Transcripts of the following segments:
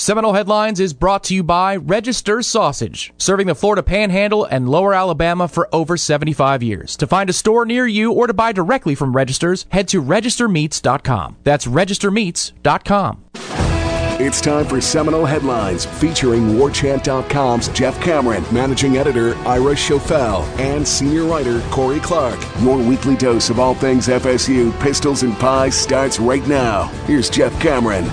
Seminole Headlines is brought to you by Register Sausage, serving the Florida Panhandle and Lower Alabama for over 75 years. To find a store near you or to buy directly from Registers, head to registermeats.com. That's registermeats.com. It's time for Seminole Headlines featuring WarChant.com's Jeff Cameron, managing editor Ira Schofel, and senior writer Corey Clark. Your weekly dose of all things FSU, pistols, and pies starts right now. Here's Jeff Cameron.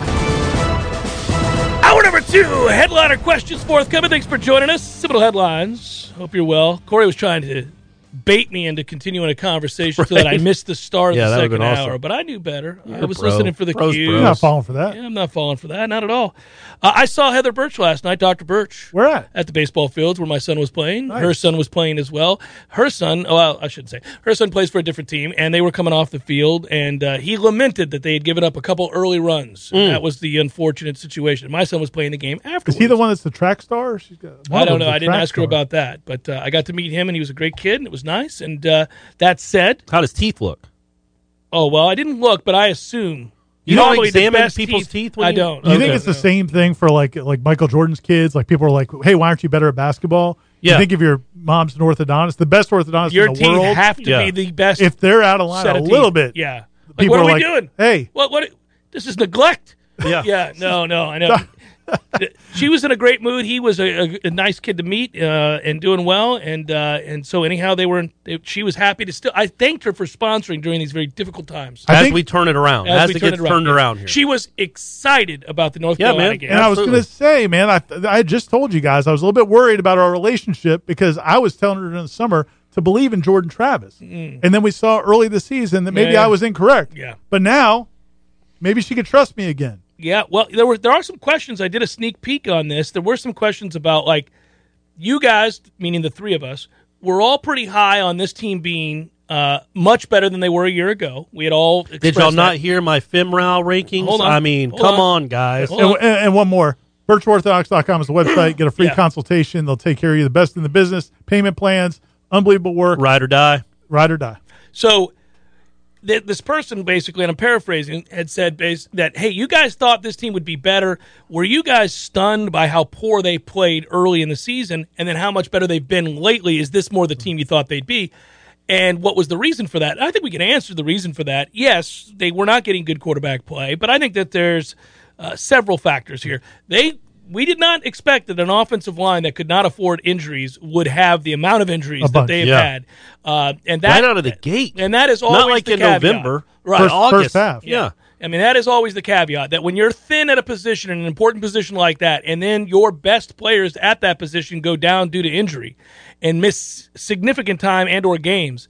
Hour number two, headliner questions forthcoming. Thanks for joining us. Seminole Headlines. Hope you're well. Corey was trying to bait me into continuing a conversation so that I missed the start Yeah, of the that would've second been awesome. Oh. hour, but I knew better. I You're was bro. listening for the Bro's cues. bro. I'm not falling for that. Yeah, I'm not falling for that. Not at all. Uh, I saw Heather Birch last night, Dr. Birch. Where at? At the baseball fields where my son was playing. Her son was playing as well. Her son, oh, well, I shouldn't say. Her son plays for a different team, and they were coming off the field, and uh, he lamented that they had given up a couple early runs. That was the unfortunate situation. My son was playing the game afterwards. Mm. Is he the one that's the track star? She's got, one I of don't them's know. a I didn't track ask her star. about that, but uh, I got to meet him, and he was a great kid, and it was nice. And uh, that said, How does teeth look? oh well, I didn't look, but I assume You don't normally the examine best people's teeth when I you- don't. You think Okay. it's the same thing for like like Michael Jordan's kids? Like people are like, "Hey, why aren't you better at basketball?" Yeah. You think if your mom's an orthodontist, the best orthodontist Your in the teeth world, have to Yeah. be the best. if they're out of line set a of little teeth. bit, Yeah. Like, people what are, are we like, doing? "Hey." What? What? This is neglect. Yeah. Yeah. No. No. I know. she was in a great mood. He was a, a, a nice kid to meet uh, and doing well. And uh, and so anyhow, they were. In, they, she was happy to still. I thanked her for sponsoring during these very difficult times. I as think- we turn it around. As, it gets turned around here. She was excited about the North Yeah, Carolina man. game. And I Absolutely. was going to say, man, I I had just told you guys I was a little bit worried about our relationship because I was telling her in the summer to believe in Jordan Travis, and then we saw early this season that maybe Yeah. I was incorrect. Yeah. But now, maybe she could trust me again. Yeah, well, there were there are some questions. I did a sneak peek on this. There were some questions about like you guys, meaning the three of us, were all pretty high on this team being uh, much better than they were a year ago. We had all Did y'all expressed not that. hear my FemRAL rankings? Hold on. I mean, Hold come on. on, guys. Hold and, and, and one more birchorthodox.com is the website get a free Yeah. consultation they'll take care of you the best in the business payment plans unbelievable work Ride or die. ride or die So th- this person basically, and I'm paraphrasing, had said bas- that, hey, you guys thought this team would be better. Were you guys stunned by how poor they played early in the season and then how much better they've been lately? Is this more the team you thought they'd be? And what was the reason for that? I think we can answer the reason for that. Yes, they were not getting good quarterback play, but I think that there's uh, several factors here. They we did not expect that an offensive line that could not afford injuries would have the amount of injuries that bunch, they have yeah. had, uh, and that Right out of the gate. and that is always not like the in caveat. November. right? but First- August. first half. Yeah. I mean, that is always the caveat that when you're thin at a position, in an important position like that, and then your best players at that position go down due to injury and miss significant time and or games,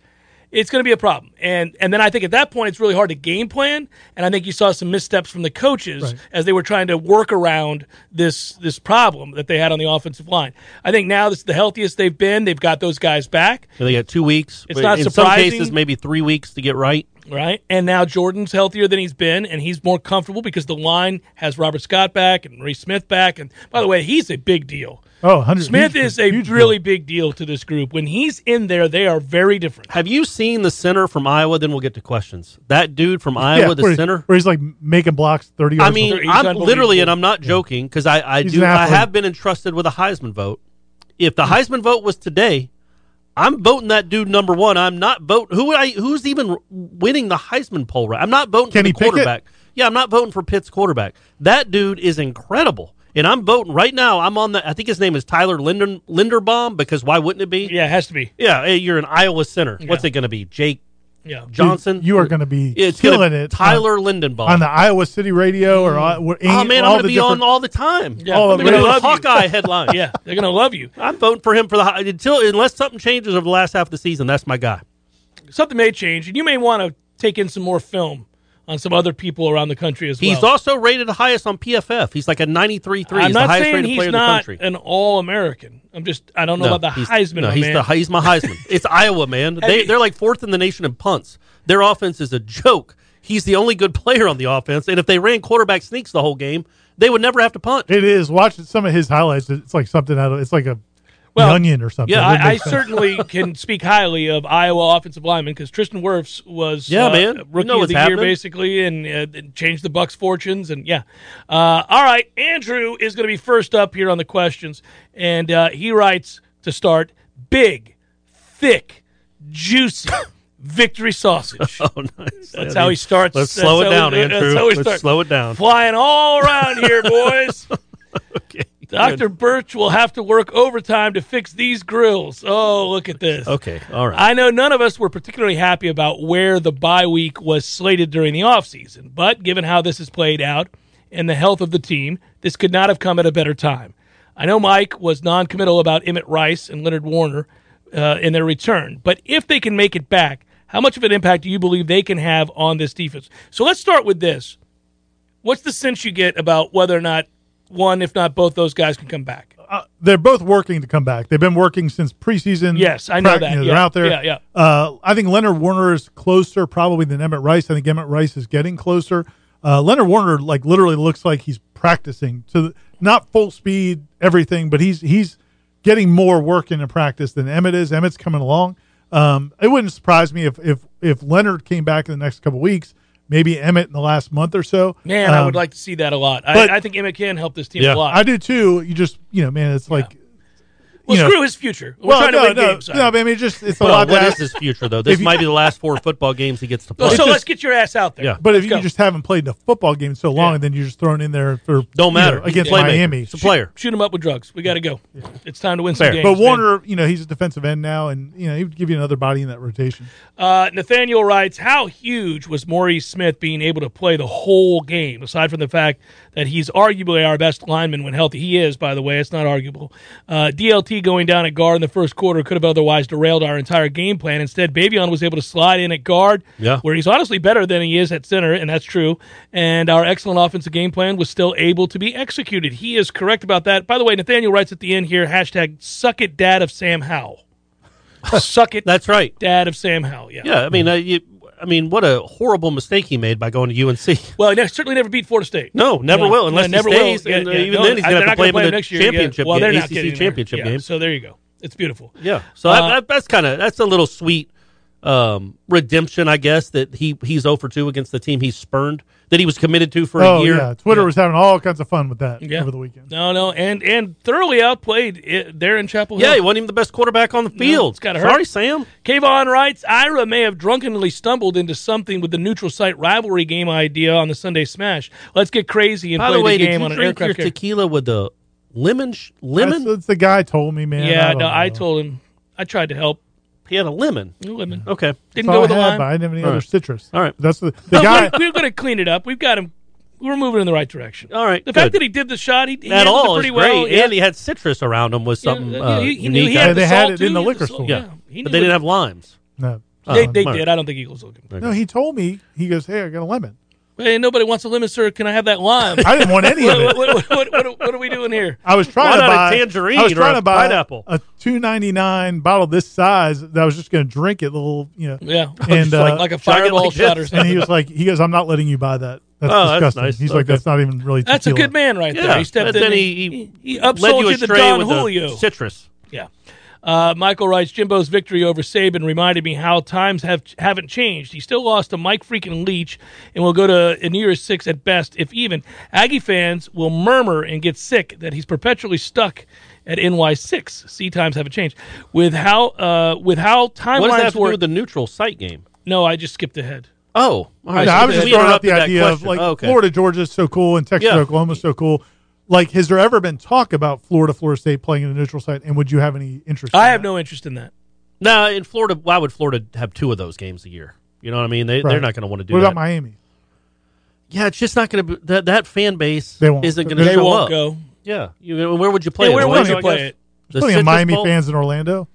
it's going to be a problem. And and then I think at that point it's really hard to game plan. And I think you saw some missteps from the coaches as they were trying to work around this this problem that they had on the offensive line. I think now this is the healthiest they've been. They've got those guys back. They got two weeks. It's not in surprising. some cases, maybe three weeks to get right. right? And now Jordan's healthier than he's been, and he's more comfortable because the line has Robert Scott back and Reese Smith back. And by the way, he's a big deal. oh 100 Smith huge- is a huge really deal. big deal to this group. When he's in there, they are very different. Have you seen the center from Iowa? Then we'll get to questions. That dude from Iowa, yeah, the where he- center. where he's like making blocks 30 I yards mean, He's I'm unbelievable. literally, and I'm not joking, because I, I He's do, an I athlete. have been entrusted with a Heisman vote. If the Heisman vote was today, I'm voting that dude number one. I'm not voting who would I who's even winning the Heisman poll. Right, I'm not voting Kenny for the Pickett? quarterback. Yeah, I'm not voting for Pitt's quarterback. That dude is incredible. And I'm voting right now. I'm on the. I think his name is Tyler Linder, Linderbaum because why wouldn't it be? Yeah, it has to be. Yeah, hey, you're an Iowa center. What's it going to be? Jake Yeah. Johnson? You are going to be It's gonna- killing it. Tyler on, Lindenbaum. on the Iowa City radio or on, or oh any- man, I'm all going to the be different- on all the time. Yeah. All of I'm going to them. do Love a you. Hawkeye headline. Yeah, they're gonna love you. I'm voting for him for the hi- until unless something changes over the last half of the season. That's my guy. Something may change, and you may want to take in some more film on some other people around the country as well. He's also rated the highest on PFF. He's like a 93.3. I'm he's not the highest saying rated he's player not in the country. an all-American. I'm just I don't know about the he's, Heisman. No, my he's man. the Hei- he's my Heisman. it's Iowa, man. They you- they're like fourth in the nation in punts. Their offense is a joke. He's the only good player on the offense, and if they ran quarterback sneaks the whole game, they would never have to punt. It is watching some of his highlights. It's like something out of it's like a Well, the onion or something. yeah, It I, I makes sense. certainly can speak highly of Iowa offensive linemen because Tristan Wirfs was Yeah, uh, man. You rookie know of what's the happening. year basically and, uh, and changed the Bucks' fortunes and yeah. Uh, all right, Andrew is going to be first up here on the questions and uh, he writes to start big, thick, juicy victory sausage. Oh, nice. That's how he starts. Let's That's how slow it we- down, that's Andrew. how we Let's start. slow it down. Flying all around here, boys. Okay. Dr. Birch will have to work overtime to fix these grills. Oh, look at this. Okay. All right. I know none of us were particularly happy about where the bye week was slated during the offseason, but given how this has played out and the health of the team, this could not have come at a better time. I know Mike was noncommittal about Emmett Rice and Leonard Warner uh, in their return, but if they can make it back, how much of an impact do you believe they can have on this defense? So let's start with this. What's the sense you get about whether or not one, if not both, those guys can come back? they're both working to come back. They've been working since preseason. Yes, I know Prac- that. you They're Yeah, out there. yeah, yeah. Uh, I think Leonard Warner is closer probably than Emmett Rice. I think Emmett Rice is getting closer. Uh, Leonard Warner like literally looks like he's practicing to the, not full speed everything, but he's he's getting more work in a practice than Emmett is. Emmett's coming along. Um, it wouldn't surprise me if if if Leonard came back in the next couple weeks, maybe Emmett in the last month or so. Man, I Um, would like to see that a lot. but- I, I think Emmett can help this team a lot. I do too. You just you know, man, it's like Well, you know- screw his future. We're trying no, to win no, games. no, but I mean, it's just it's a Well, lot. to what is ask. his future though? This you- might be the last four football games he gets to play. so just- let's get your ass out there. Yeah. But if you Let's go. just haven't played a football game so long, Yeah. and then you're just thrown in there for Don't matter. you know, against He's a playmaker. Miami. He's a player. shoot him up with drugs. We got to go. It's time to win Fair. some games. But man. Warner, you know, he's a defensive end now, and you know he would give you another body in that rotation. Uh, Nathaniel writes, "How huge was Maurice Smith being able to play the whole game? Aside from the fact that he's arguably our best lineman when healthy, he is. By the way, it's not arguable. Uh, DLT going down at guard in the first quarter could have otherwise derailed our entire game plan. Instead, Babyon was able to slide in at guard, Yeah. where he's honestly better than he is at center, and that's true. And our excellent offensive game plan was still able to be executed. He is correct about that. By the way, Nathaniel writes at the end here: hashtag Suck it, Dad of Sam Howell. Suck it, That's right. Dad of Sam Howell. Yeah. Yeah, I mean, uh, you, I mean, what a horrible mistake he made by going to UNC. Well, he ne- certainly never beat Florida State. No, never Yeah. will unless Yeah, never he stays. will. Yeah, and, uh, yeah. even No, then, he's I- they're going to have not to play him in him the next year. Yeah. championship Well, they're game, not ACC getting there. championship Yeah, game. So there you go. It's beautiful. Uh, Yeah, so that, that, that's kind of that's a little sweet um, redemption, I guess. That he he's 0 for two against the team he spurned that he was committed to for Oh a year. yeah, Twitter was having all kinds of fun with that Yeah. over the weekend. No, no, and and thoroughly outplayed it, there in Chapel Hill. Yeah, he wasn't even the best quarterback on the field. it's gotta hurt. Sorry, Sam. Kayvon writes, Ira may have drunkenly stumbled into something with the neutral site rivalry game idea on the Sunday Smash. Let's get crazy and By play the way, the did game you on an drink your aircraft carrier. tequila with the lemon? Sh- That's, lemon? that's the guy told me, man. Yeah, don't no, I know. told him. I tried to help. He had a lemon. No lemon. Okay, Didn't That's all go with I the had, lime. but I didn't have any other right. citrus. All right. that's the the But guy. we're, we're going to clean it up. We've got him. We're moving in the right direction. all right. The fact good. that he did the shot, he, he at handled it all is pretty great, well. Yeah. and he had citrus around him was something Yeah, uh, he- he knew unique. he had Yeah, the they had salt, it too. in the He had liquor salt. store. yeah, Yeah, he knew but they didn't it. have limes. no, They, Oh, they Mark. did. I don't think Eagles will give him. no, he told me. He goes, "Hey, I got a lemon." Hey, nobody wants a lemon, sir. Can I have that lime? I didn't want any of what, it. what, what, what, what are we doing here? I was trying Why to not a buy tangerine I was or trying a to buy pineapple? a two ninety nine bottle this size that I was just going to drink it, little you know. Yeah, And, uh, like, like a chug it fireball like shot or this. And something. he was like, he goes, I'm not letting you buy that. That's Oh, that's disgusting. nice. He's like, Okay. that's not even really. That's a tequila." good man right there. Yeah, He stepped but in. then and he, he, he led upsold you you, to astray Don with Julio. the citrus. Yeah. Uh, Michael writes, Jimbo's victory over Saban reminded me how times have haven't changed. He still lost to Mike freaking Leach and will go to a New Year's six at best, if even. Aggie fans will murmur and get sick that he's perpetually stuck at NY six. See times haven't changed. With how uh, with how timelines What does that have to do work- with the neutral site game? no, I just skipped ahead. Oh, all right. No, So I was just we throwing out interrupted the that idea of question. like Oh, okay. Florida, Georgia's so cool, and Texas, Yeah. Oklahoma's so cool. Like, has there ever been talk about Florida, Florida State playing in a neutral site, and would you have any interest? I in have that? no interest in that. No, in Florida, why would Florida have two of those games a year? You know what I mean? They, They're Right. not going to want to do What that. about Miami? yeah, it's just not going to be that, that fan base They won't. isn't going to They They show won't up. go. Yeah, you, where would you play Yeah, it? where would Orlando, you I Oh, play guess? it? The Plenty Citrus of Miami Bowl? fans in Orlando.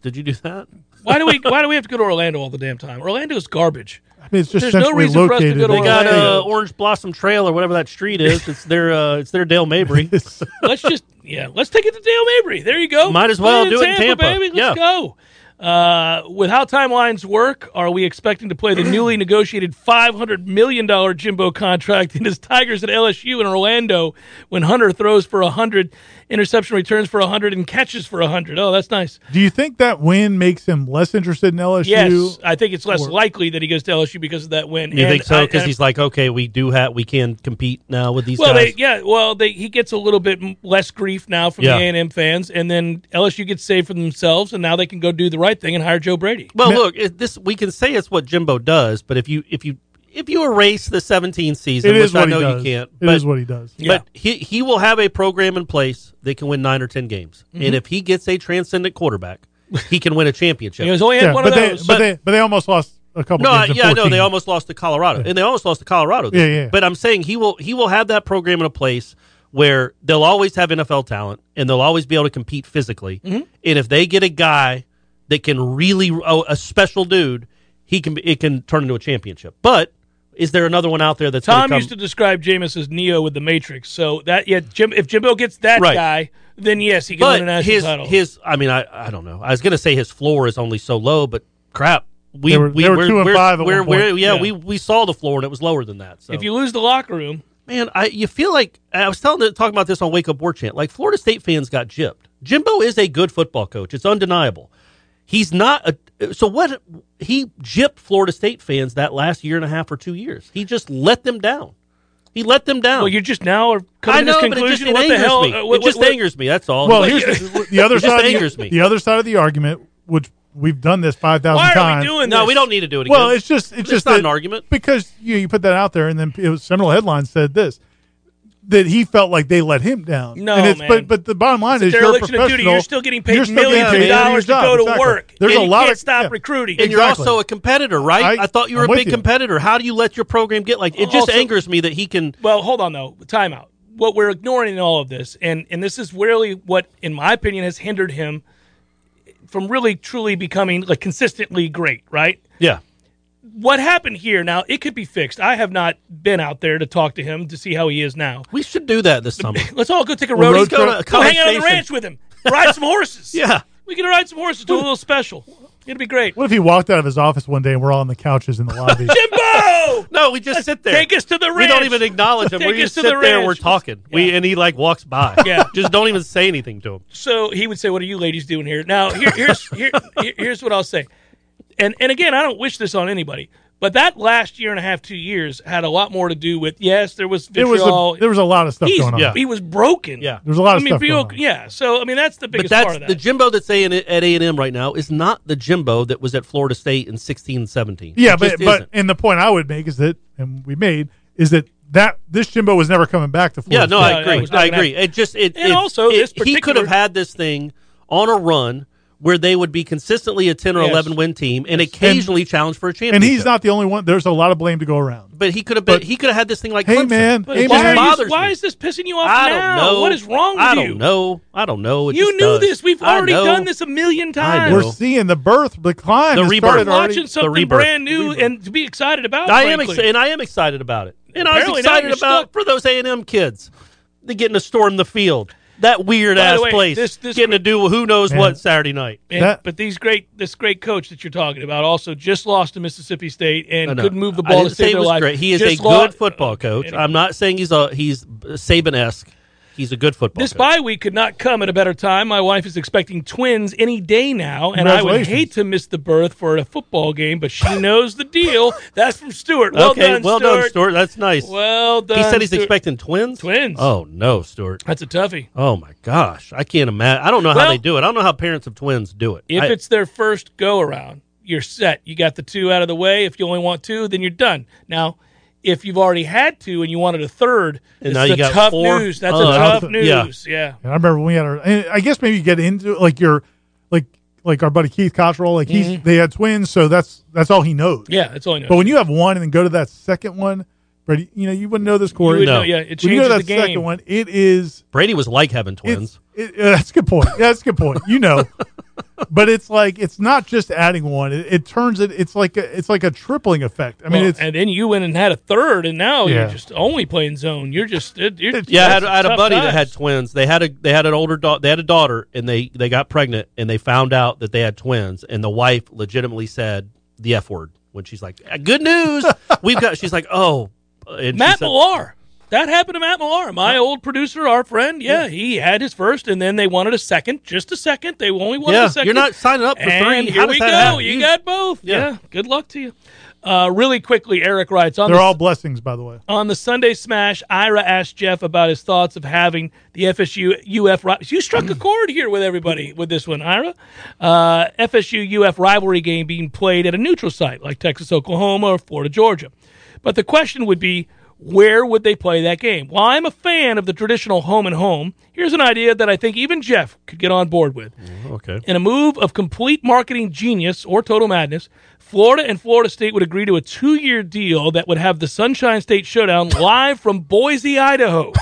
Did you do that? Why do we? Why do we have to go to Orlando all the damn time? Orlando's garbage. I mean, it's just There's no centrally reason for us to located. go to in They got uh, Orlando. Orange Blossom Trail or whatever that street is. It's their uh, it's their Dale Mabry. Let's just yeah, let's take it to Dale Mabry. There you go. Might as well Put do it in Tampa. baby. Yeah. Let's go. Uh, with how timelines work, are we expecting to play the newly negotiated $500 million Jimbo contract in his Tigers at LSU in Orlando when Hunter throws for 100, interception returns for 100, and catches for 100? Oh, that's nice. Do you think that win makes him less interested in LSU? Yes, I think it's less Or- likely that he goes to LSU because of that win. You And think so? I- Because and- he's like, okay, we do have we can compete now with these well, guys. they, yeah, well, they, he gets a little bit m- less grief now from Yeah. the A&M fans, and then LSU gets saved for themselves, and now they can go do the right thing and hire Joe Brady. Well, look, it, this we can say it's what Jimbo does, but if you if you if you erase the 17 season, it which is what I know he does. you can't, it but is what he does. But he he will have a program in place that can win nine or ten games, and if he gets a transcendent quarterback, he can win a championship. He was only had Yeah, one but of they, those. but they, but they almost lost a couple. no, I, games in yeah, I know 14. they almost lost to Colorado, and they almost lost to Colorado. this Yeah, year. yeah. But I'm saying he will he will have that program in a place where they'll always have NFL talent, and they'll always be able to compete physically. And if they get a guy that can really oh, a special dude, he can it can turn into a championship. But is there another one out there that's gonna Tom come- used to describe Jameis as Neo with the Matrix. So that yeah, Jim, if Jimbo gets that Right. guy, then yes, he can win a but national his title. his I mean I I don't know. I was gonna say his floor is only so low, but crap. We They were- we they were we're- two and we're- five at we're- one point. we're- yeah, Yeah. we we saw the floor and it was lower than that. So if you lose the locker room, man, I you feel like I was telling talking about this on Wake Up War Chant. Like Florida State fans got gypped. Jimbo is a good football coach. It's undeniable. He's not a so what he gypped Florida State fans that last year and a half or two years. He just let them down. He let them down. well, you just now are coming I know, to this but it just conclusion. it what the angers hell? me. uh, what- it just what- angers me. That's all. Well, But- here's the, the other It just side. angers Of me. the, the other side of the argument, which we've done this five thousand Why times. are we doing this? no, we don't need to do it again. Well, it's just it's, It's just not that- an argument. because you you put that out there, and then it was seminal headlines said this that he felt like they let him down. No, and it's, man. but but the bottom line It's is a you're a dereliction of duty. professional. You're still getting paid You're still getting millions of paid for your dollars to job, go to exactly. work. There's and a you lot can't of stop yeah. recruiting. And Exactly. you're also a competitor, right? I, I- thought you were I'm a with big you. competitor. How do you let your program get like it? Just Also- angers me that he can. Well, hold on though. Timeout. What we're ignoring in all of this, and and this is really what, in my opinion, has hindered him from really truly becoming like consistently great. Right? Yeah, What happened here? Now it could be fixed. I have not been out there to talk to him to see how he is now. we should do that this summer. Let's all go take a road, road go, trip. go hang out on the Conversation. ranch with him. Ride some horses. Yeah. we can ride some horses. Do a little special. It'd be great. What if he walked out of his office one day and we're all on the couches in the lobby? Jimbo. No, we just sit there. Take us to the We don't ranch. even acknowledge him. Take We us just to sit the there. ranch. We're talking. We and he like walks by. Yeah. just don't even say anything to him. so he would say, "What are you ladies doing here?" Now, here, here's here, here- here's what I'll say, and and again, I don't wish this on anybody, but that last year and a half, two years, had a lot more to do with yes, there was there was vitriol. a, there was a lot of stuff He's- going on. yeah. he was broken. Yeah. There's a lot of I mean, stuff real- going on. yeah. So I mean, that's the But biggest part that's of that. the Jimbo that's saying it at A and M right now is not the Jimbo that was at Florida State in sixteen and seventeen. Yeah, It but just but isn't. and the point I would make is that, and we made is that that this Jimbo was never coming back to Florida. Yeah, no, State. I No, it agree. was not I gonna agree. It just it And it- also, this it- he could particular- have had this thing on a run where they would be consistently a ten or Yes. eleven win team and occasionally challenge for a championship. and he's not the only one. There's a lot of blame to go around. But he could have been. he could have had this thing like Hey, Clemson. man, but hey, it why, just man. are bothers you, why me. is this pissing you off I don't now? know What is wrong with I you? don't know. I don't know. It You just knew does. this. We've I already know. done this a million I times. know. We're seeing the birth, the climb, The has rebirth. started We're already. Watching something rebirth. brand new and to be excited about. I am, ex- frankly. and I am excited about it. And I was Apparently now excited you're about stuck. for those A and M kids, they getting to storm the field. That weird By the ass way, place. this- this- getting to do who knows Man. what Saturday night. And- That- but these great, this great coach that you're talking about also just lost to Mississippi State and No, no. couldn't move the I ball to didn't say save he their was life. Great. He is Just a lo- good football coach. Anyway. I'm not saying he's a he's Saban esque. He's a good football. This coach. bye week could not come at a better time. My wife is expecting twins any day now, and I would Congratulations. hate to miss the birth for a football game, but she knows the deal. That's from Stuart. Well okay, done, well Stuart. done, Stuart. That's nice. Well done. he said he's Stuart. expecting twins. Twins. Oh no, Stuart. That's a toughie. Oh my gosh, I can't imagine. I don't know how Well- they do it. I don't know how parents of twins do it. If I- it's their first go around, you're set. You got the two out of the way. If you only want two, then you're done. Now, if you've already had two and you wanted a third, And it's now you the got tough four. news. That's Oh, a that's tough the- yeah. news. Yeah. And I remember when we had our. And I guess maybe you get into it, like your, like like our buddy Keith Cottrell. Like he's they had twins, so that's that's all he knows. Yeah, that's all I know. But when you have one and then go to that second one, Brady, you know you wouldn't know this You Corey. would No. know, yeah, it When you changes go to the that game. second one, it is Brady was like having it's, twins. it, uh, that's a good point. Yeah, that's a good point. You know, but it's like it's not just adding one. It, it turns it. It's like a, it's like a tripling effect. I mean, Well, it's and then you went and had a third, and now Yeah. you're just only playing zone. You're just it, you're, Yeah, I had, that's I had a tough buddy that times. had twins. They had a they had an older daughter. They had a daughter, and they they got pregnant, and they found out that they had twins, and the wife legitimately said the f word when she's like, "Uh, "Good news, we've got." She's like, "Oh." And she Matt said- Millar. That happened to Matt Millar, my old producer, our friend. Yeah, he had his first, and then they wanted a second, just a second. They only wanted Yeah, a second. you're not signing up for And three. here How does we that go. happen? Hmm. You got both. Yeah. Yeah. Good luck to you. Uh, really quickly, Eric writes on they're the, all blessings, by the way. on the Sunday Smash. Ira asked Jeff about his thoughts of having the FSU UF. ri- You struck a chord here with everybody with this one, Ira. Uh, FSU UF rivalry game being played at a neutral site like Texas Oklahoma or Florida Georgia, but the question would be. Where would they play that game? While I'm a fan of the traditional home and home, here's an idea that I think even Jeff could get on board with. Okay. In a move of complete marketing genius or total madness, Florida and Florida State would agree to a two year deal that would have the Sunshine State Showdown live from Boise, Idaho.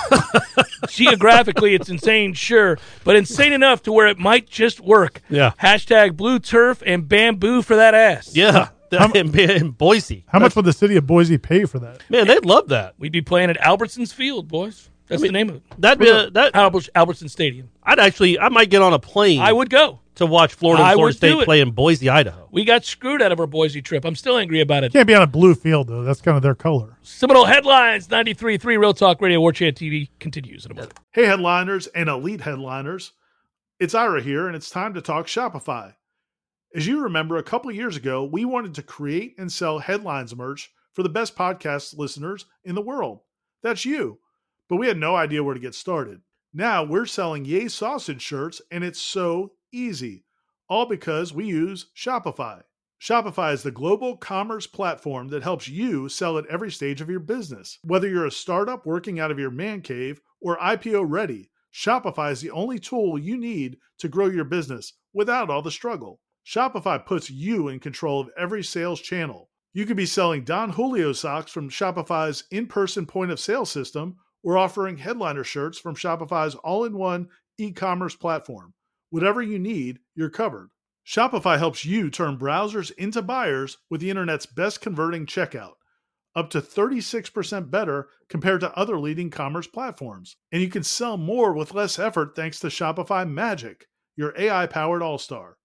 Geographically, it's insane, sure, but insane enough to where it might just work. Yeah. Hashtag blue turf and bamboo for that ass. Yeah. in, in Boise. How much would the city of Boise pay for that? Man, they'd love that. We'd be playing at Albertson's Field, boys. That's the name of it. That'd be a, that. Albert, Albertson Stadium. I'd actually. I might get on a plane. I would go. to watch Florida I and Florida would do State it. play in Boise, Idaho. We got screwed out of our Boise trip. I'm still angry about it. Can't be on a blue field though. That's kind of their color. Seminole Headlines 93.3 Real Talk Radio War Chant TV continues in a moment. Hey, headliners and elite headliners. It's Ira here, and it's time to talk Shopify. As you remember, a couple years ago, we wanted to create and sell headlines merch for the best podcast listeners in the world. That's you. But we had no idea where to get started. Now we're selling Yay Sausage shirts, and it's so easy, all because we use Shopify. Shopify is the global commerce platform that helps you sell at every stage of your business. Whether you're a startup working out of your man cave or IPO ready, Shopify is the only tool you need to grow your business without all the struggle. Shopify puts you in control of every sales channel. You could be selling Don Julio socks from Shopify's in person point of sale system or offering headliner shirts from Shopify's all in one e commerce platform. Whatever you need, you're covered. Shopify helps you turn browsers into buyers with the internet's best converting checkout, up to 36% better compared to other leading commerce platforms. And you can sell more with less effort thanks to Shopify Magic, your AI powered all star.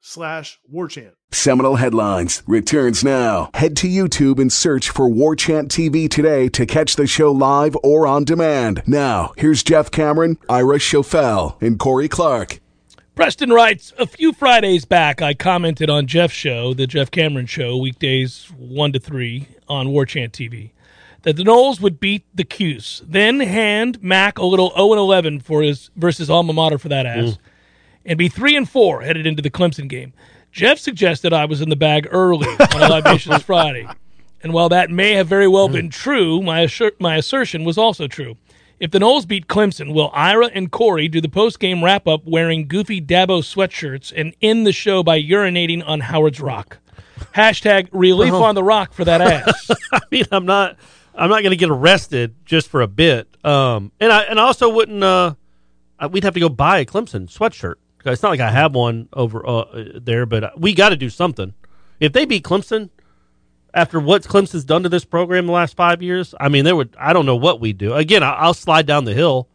slash warchant. Seminole Headlines returns now. Head to YouTube and search for War Chant TV today to catch the show live or on demand. Now, here's Jeff Cameron, Ira Schofel, and Corey Clark. Preston writes A few Fridays back, I commented on Jeff's show, the Jeff Cameron show, weekdays 1 to 3 on War Chant TV, that the Knowles would beat the Cuse, then hand Mac a little 0 and 11 for his versus alma mater for that ass, and be 3 and 4 headed into the Clemson game. Jeff suggested I was in the bag early on a libations Friday. And while that may have very well been true, my, assur- my assertion was also true. If the Knowles beat Clemson, will Ira and Corey do the post-game wrap-up wearing goofy Dabo sweatshirts and end the show by urinating on Howard's Rock? Hashtag relief Uh-huh. on the rock for that ass. I mean, I'm not I'm not going to get arrested just for a bit. Um, and I and I also wouldn't. Uh, I, we'd have to go buy a Clemson sweatshirt. It's not like I have one over uh, there, but we got to do something. If they beat Clemson, after what Clemson's done to this program the last five years, I mean, there would I don't know what we do. Again, I, I'll slide down the hill.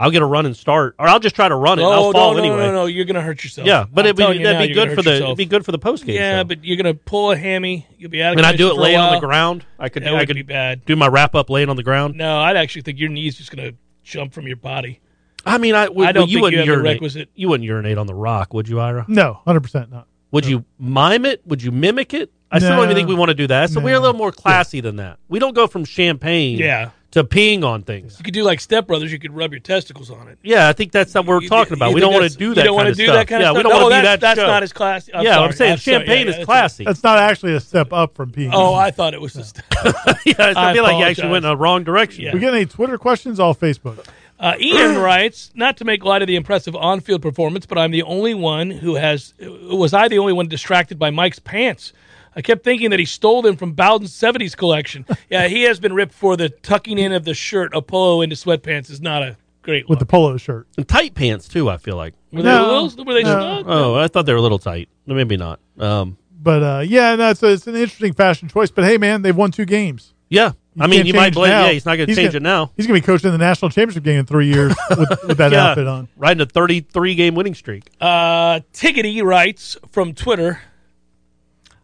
I'll get a run and start, or I'll just try to run it. and Oh, I'll no, fall no, anyway. no, no, no, you're gonna hurt yourself. Yeah, but I'm it'd be, telling you that'd now, be you're good gonna for hurt the yourself. it'd be good for the post game. Yeah, show. but you're gonna pull a hammy. You'll be out. Of and I do commission it for a laying on the while. ground. I could That I would could be bad. do my wrap up laying on the ground. No, I'd actually think your knee's just gonna jump from your body. I mean, I, well, I don't you think you wouldn't have the urinate. requisite. You wouldn't urinate on the rock, would you, Ira? No, hundred percent not. Would you mime it? Would you mimic it? I still don't No. even think we want to do that. So we're a little more classy than that. We don't go from champagne Yeah, to peeing on things. you could do like Step Brothers. You could rub your testicles on it. Yeah, I think that's something we're You- talking you about. think We don't want that's- to do that. You don't kind want to of do stuff. that kind yeah, of we stuff. don't No, want to be that's- that. That's show. not as classy. yeah, I'm saying sorry. champagne yeah, is that's- classy. That's not actually a step up from peeing. Oh, I thought it was the step. yeah, I still I feel like you actually went in the wrong direction. Yeah. we get any Twitter questions? All Facebook. Uh, Ian writes, not to make light of the impressive on-field performance, but I'm the only one who has. Was I the only one distracted by Mike's pants? I kept thinking that he stole them from Bowden's '70s collection. yeah, he has been ripped for the tucking in of the shirt. A polo into sweatpants is not a great with the look. polo shirt. And tight pants too. I feel like. were they No. little- were they snug? Oh, I thought they were a little tight. Maybe not. Um, But uh, yeah, that's it's an interesting fashion choice. But hey, man, they've won two games. yeah, I mean, can't you might change blame. now. Yeah, he's not going to He's change gonna- it now. He's gonna be coaching the national championship game in three years with, with that Yeah, outfit on. riding a 33 game winning streak. Uh, Tiggity writes from Twitter.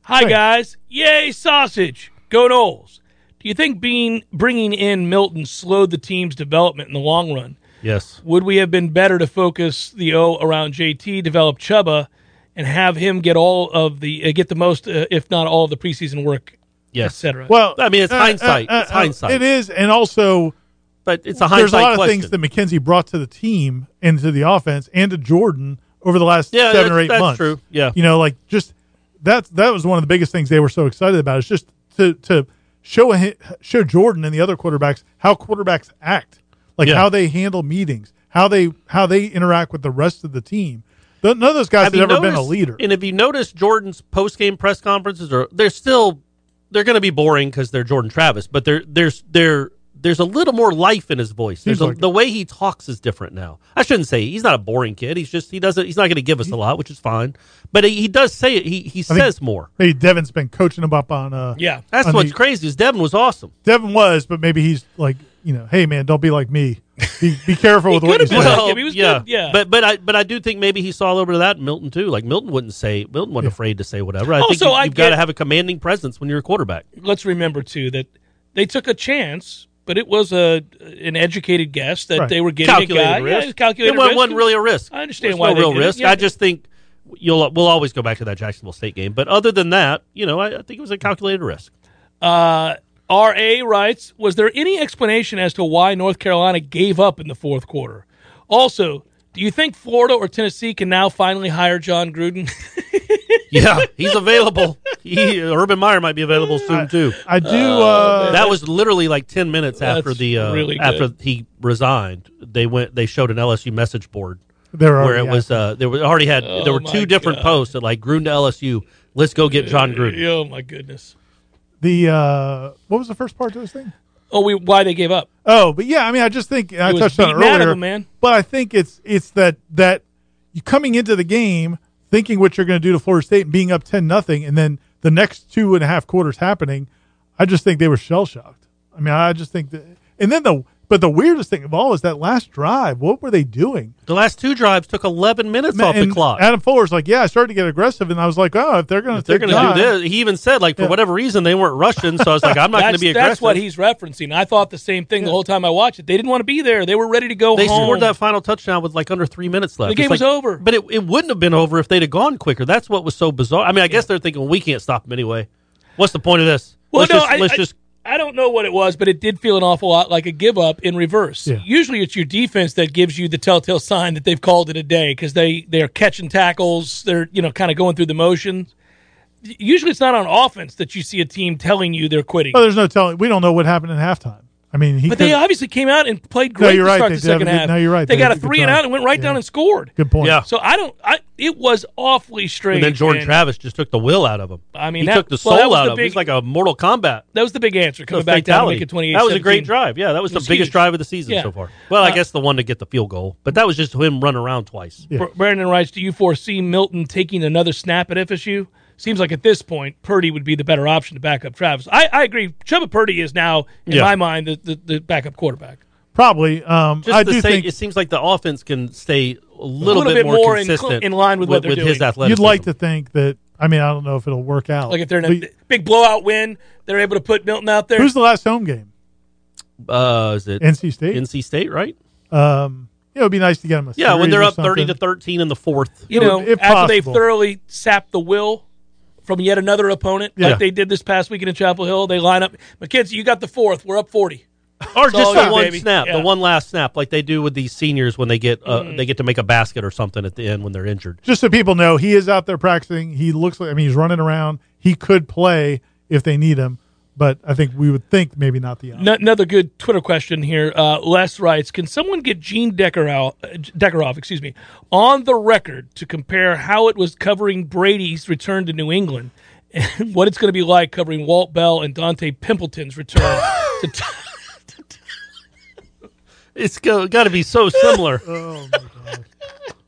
Hi Hey. guys, yay sausage, go Knowles. Do you think being bringing in Milton slowed the team's development in the long run? Yes. Would we have been better to focus the O around JT, develop Chuba, and have him get all of the uh, get the most, uh, if not all of the preseason work, Yes. etc. Well, uh, I mean, it's hindsight. It's hindsight. It is, and also But it's a hindsight there's a lot question. of things that McKenzie brought to the team and to the offense and to Jordan over the last Yeah, seven or that's- eight that's months. true. Yeah. you know, like just that that was one of the biggest things they were so excited about. It's just to to show hi- show Jordan and the other quarterbacks how quarterbacks act, like Yeah. how they handle meetings, how they how they interact with the rest of the team. Th- None of those guys have, Have you ever been a noticed- leader. And if you notice Jordan's post game press conferences are they're still they're going to be boring because they're Jordan Travis, but there there's there there's a little more life in his voice. There's Seems a, like it. the way he talks is different now. I shouldn't say he's not a boring kid. He's just he doesn't he's not going to give us a lot, which is fine. But he, he does say it. He he think- says more. Maybe Devin's been coaching him up on. Uh, yeah, That's I what's mean- crazy is Devin was awesome. Devin was, but maybe he's like, you know, hey man, don't be like me. Be, be careful with what you could've say. been. Well, He was Oh, yeah, good, yeah. But but I but I do think maybe he saw a little bit of that in Milton too. Like Milton wouldn't say Milton wasn't afraid to say whatever. I think Also, you, I have got to get- have a commanding presence when you're a quarterback. let's remember too that they took a chance, but it was a an educated guess that Right. they were getting calculated a guy. Yeah, risk. it was calculated it wa- risk. wasn't really a risk. I understand There's why no they real did it. risk. Yeah. I just think you'll we'll always go back to that Jacksonville State game. But other than that, you know, I, I think it was a calculated risk. Uh, R.A. writes, was there any explanation as to why North Carolina gave up in the fourth quarter? Also, do you think Florida or Tennessee can now finally hire John Gruden? Yeah, he's available. He, Urban Meyer might be available soon too. I do. Uh, That was literally like ten minutes after That's the uh, really good. after he resigned. They went. They showed an LSU message board there are where it was uh, there was already had there were two Oh my different posts that like Gruden to LSU. Let's go get John Gruden. oh my goodness! the uh, what was the first part to this thing? Oh, we why they gave up? Oh, but yeah, I mean, I just think and I was touched on it beating out of earlier, him, man. But I think it's it's that that you coming into the game thinking what you're going to do to Florida State and being up ten nothing, and then the next two and a half quarters happening. I just think they were shell shocked. I mean, I just think that, and then the but the weirdest thing of all is that last drive. What were they doing? The last two drives took eleven minutes off the and clock. Adam Fuller's like, yeah, I started to get aggressive, and I was like, oh, if they're going to they're going to do this. He even said, like, for whatever reason, they weren't Russian. So I was like, I'm not going to That's, be aggressive. that's what he's referencing. I thought the same thing the whole time I watched it. They didn't want to be there. They were ready to go they home. scored that final touchdown with like under three minutes left. The game It's like- was over. But it, it wouldn't have been over if they'd have gone quicker. That's what was so bizarre. I mean, I guess they're thinking we can't stop them anyway. What's the point of this? Well, let's no, just, I, let's I- just I don't know what it was, but it did feel an awful lot like a give up in reverse. Yeah. Usually, it's your defense that gives you the telltale sign that they've called it a day because they they are catching tackles. They're you know kind of going through the motions. Usually, it's not on offense that you see a team telling you they're quitting. Oh, there's no telling. We don't know what happened in halftime. I mean, he but could, they obviously came out and played great you're to right. start They the did have a second good- half. no, you're right. They, They got a did a good three and job. out and went right down and scored. good point. Yeah. So I don't. I it was awfully strange. and then Jordan man. Travis just took the will out of him. I mean, he that- took the soul well, that was out the of him. He's big- like a Mortal Kombat. That was the big answer coming a back down to fatality. make it 28 That was a 17. great drive. Yeah, that was, It was the biggest huge. drive of the season Yeah. so far. Well, I Uh, guess the one to get the field goal, but that was just him run around twice. Yeah. Br- Brandon writes, "Do you foresee Milton taking another snap at FSU? Seems like at this point, Purdy would be the better option to back up Travis. I, I agree. Chuba Purdy is now, in Yeah. my mind, the, the, the backup quarterback. Probably. Um, Just I to do say, think it seems like the offense can stay a little little, bit, bit more, more in cl- consistent in line with what they're his doing. athleticism. You'd like to think that. I mean, I don't know if it'll work out. Like if they're in a But big blowout win, they're able to put Milton out there. who's the last home game? uh, is it NC State. NC State, right? um, yeah, it would be nice to get them. A Yeah, series when they're or up thirty something. to thirteen in the fourth. you know, If- if after they possible. thoroughly sap the will from yet another opponent, Yeah. like they did this past weekend in Chapel Hill, they line up. McKenzie, you got the fourth. We're up forty. or just all the you, one baby. snap, Yeah. Mm-hmm. the one last snap, like they do with these seniors when they get uh, they get to make a basket or something at the end when they're injured. Just so people know, he is out there practicing. He looks like. I mean, he's running around. He could play if they need him, but I think we would think maybe not the. N- another good Twitter question here. Uh, Les writes, "Can someone get Gene Decker out, uh, Deckerhoff, excuse me, on the record to compare how it was covering Brady's return to New England and what it's going to be like covering Walt Bell and Dante Pimpleton's return to t- It's go, got to be so similar. Oh,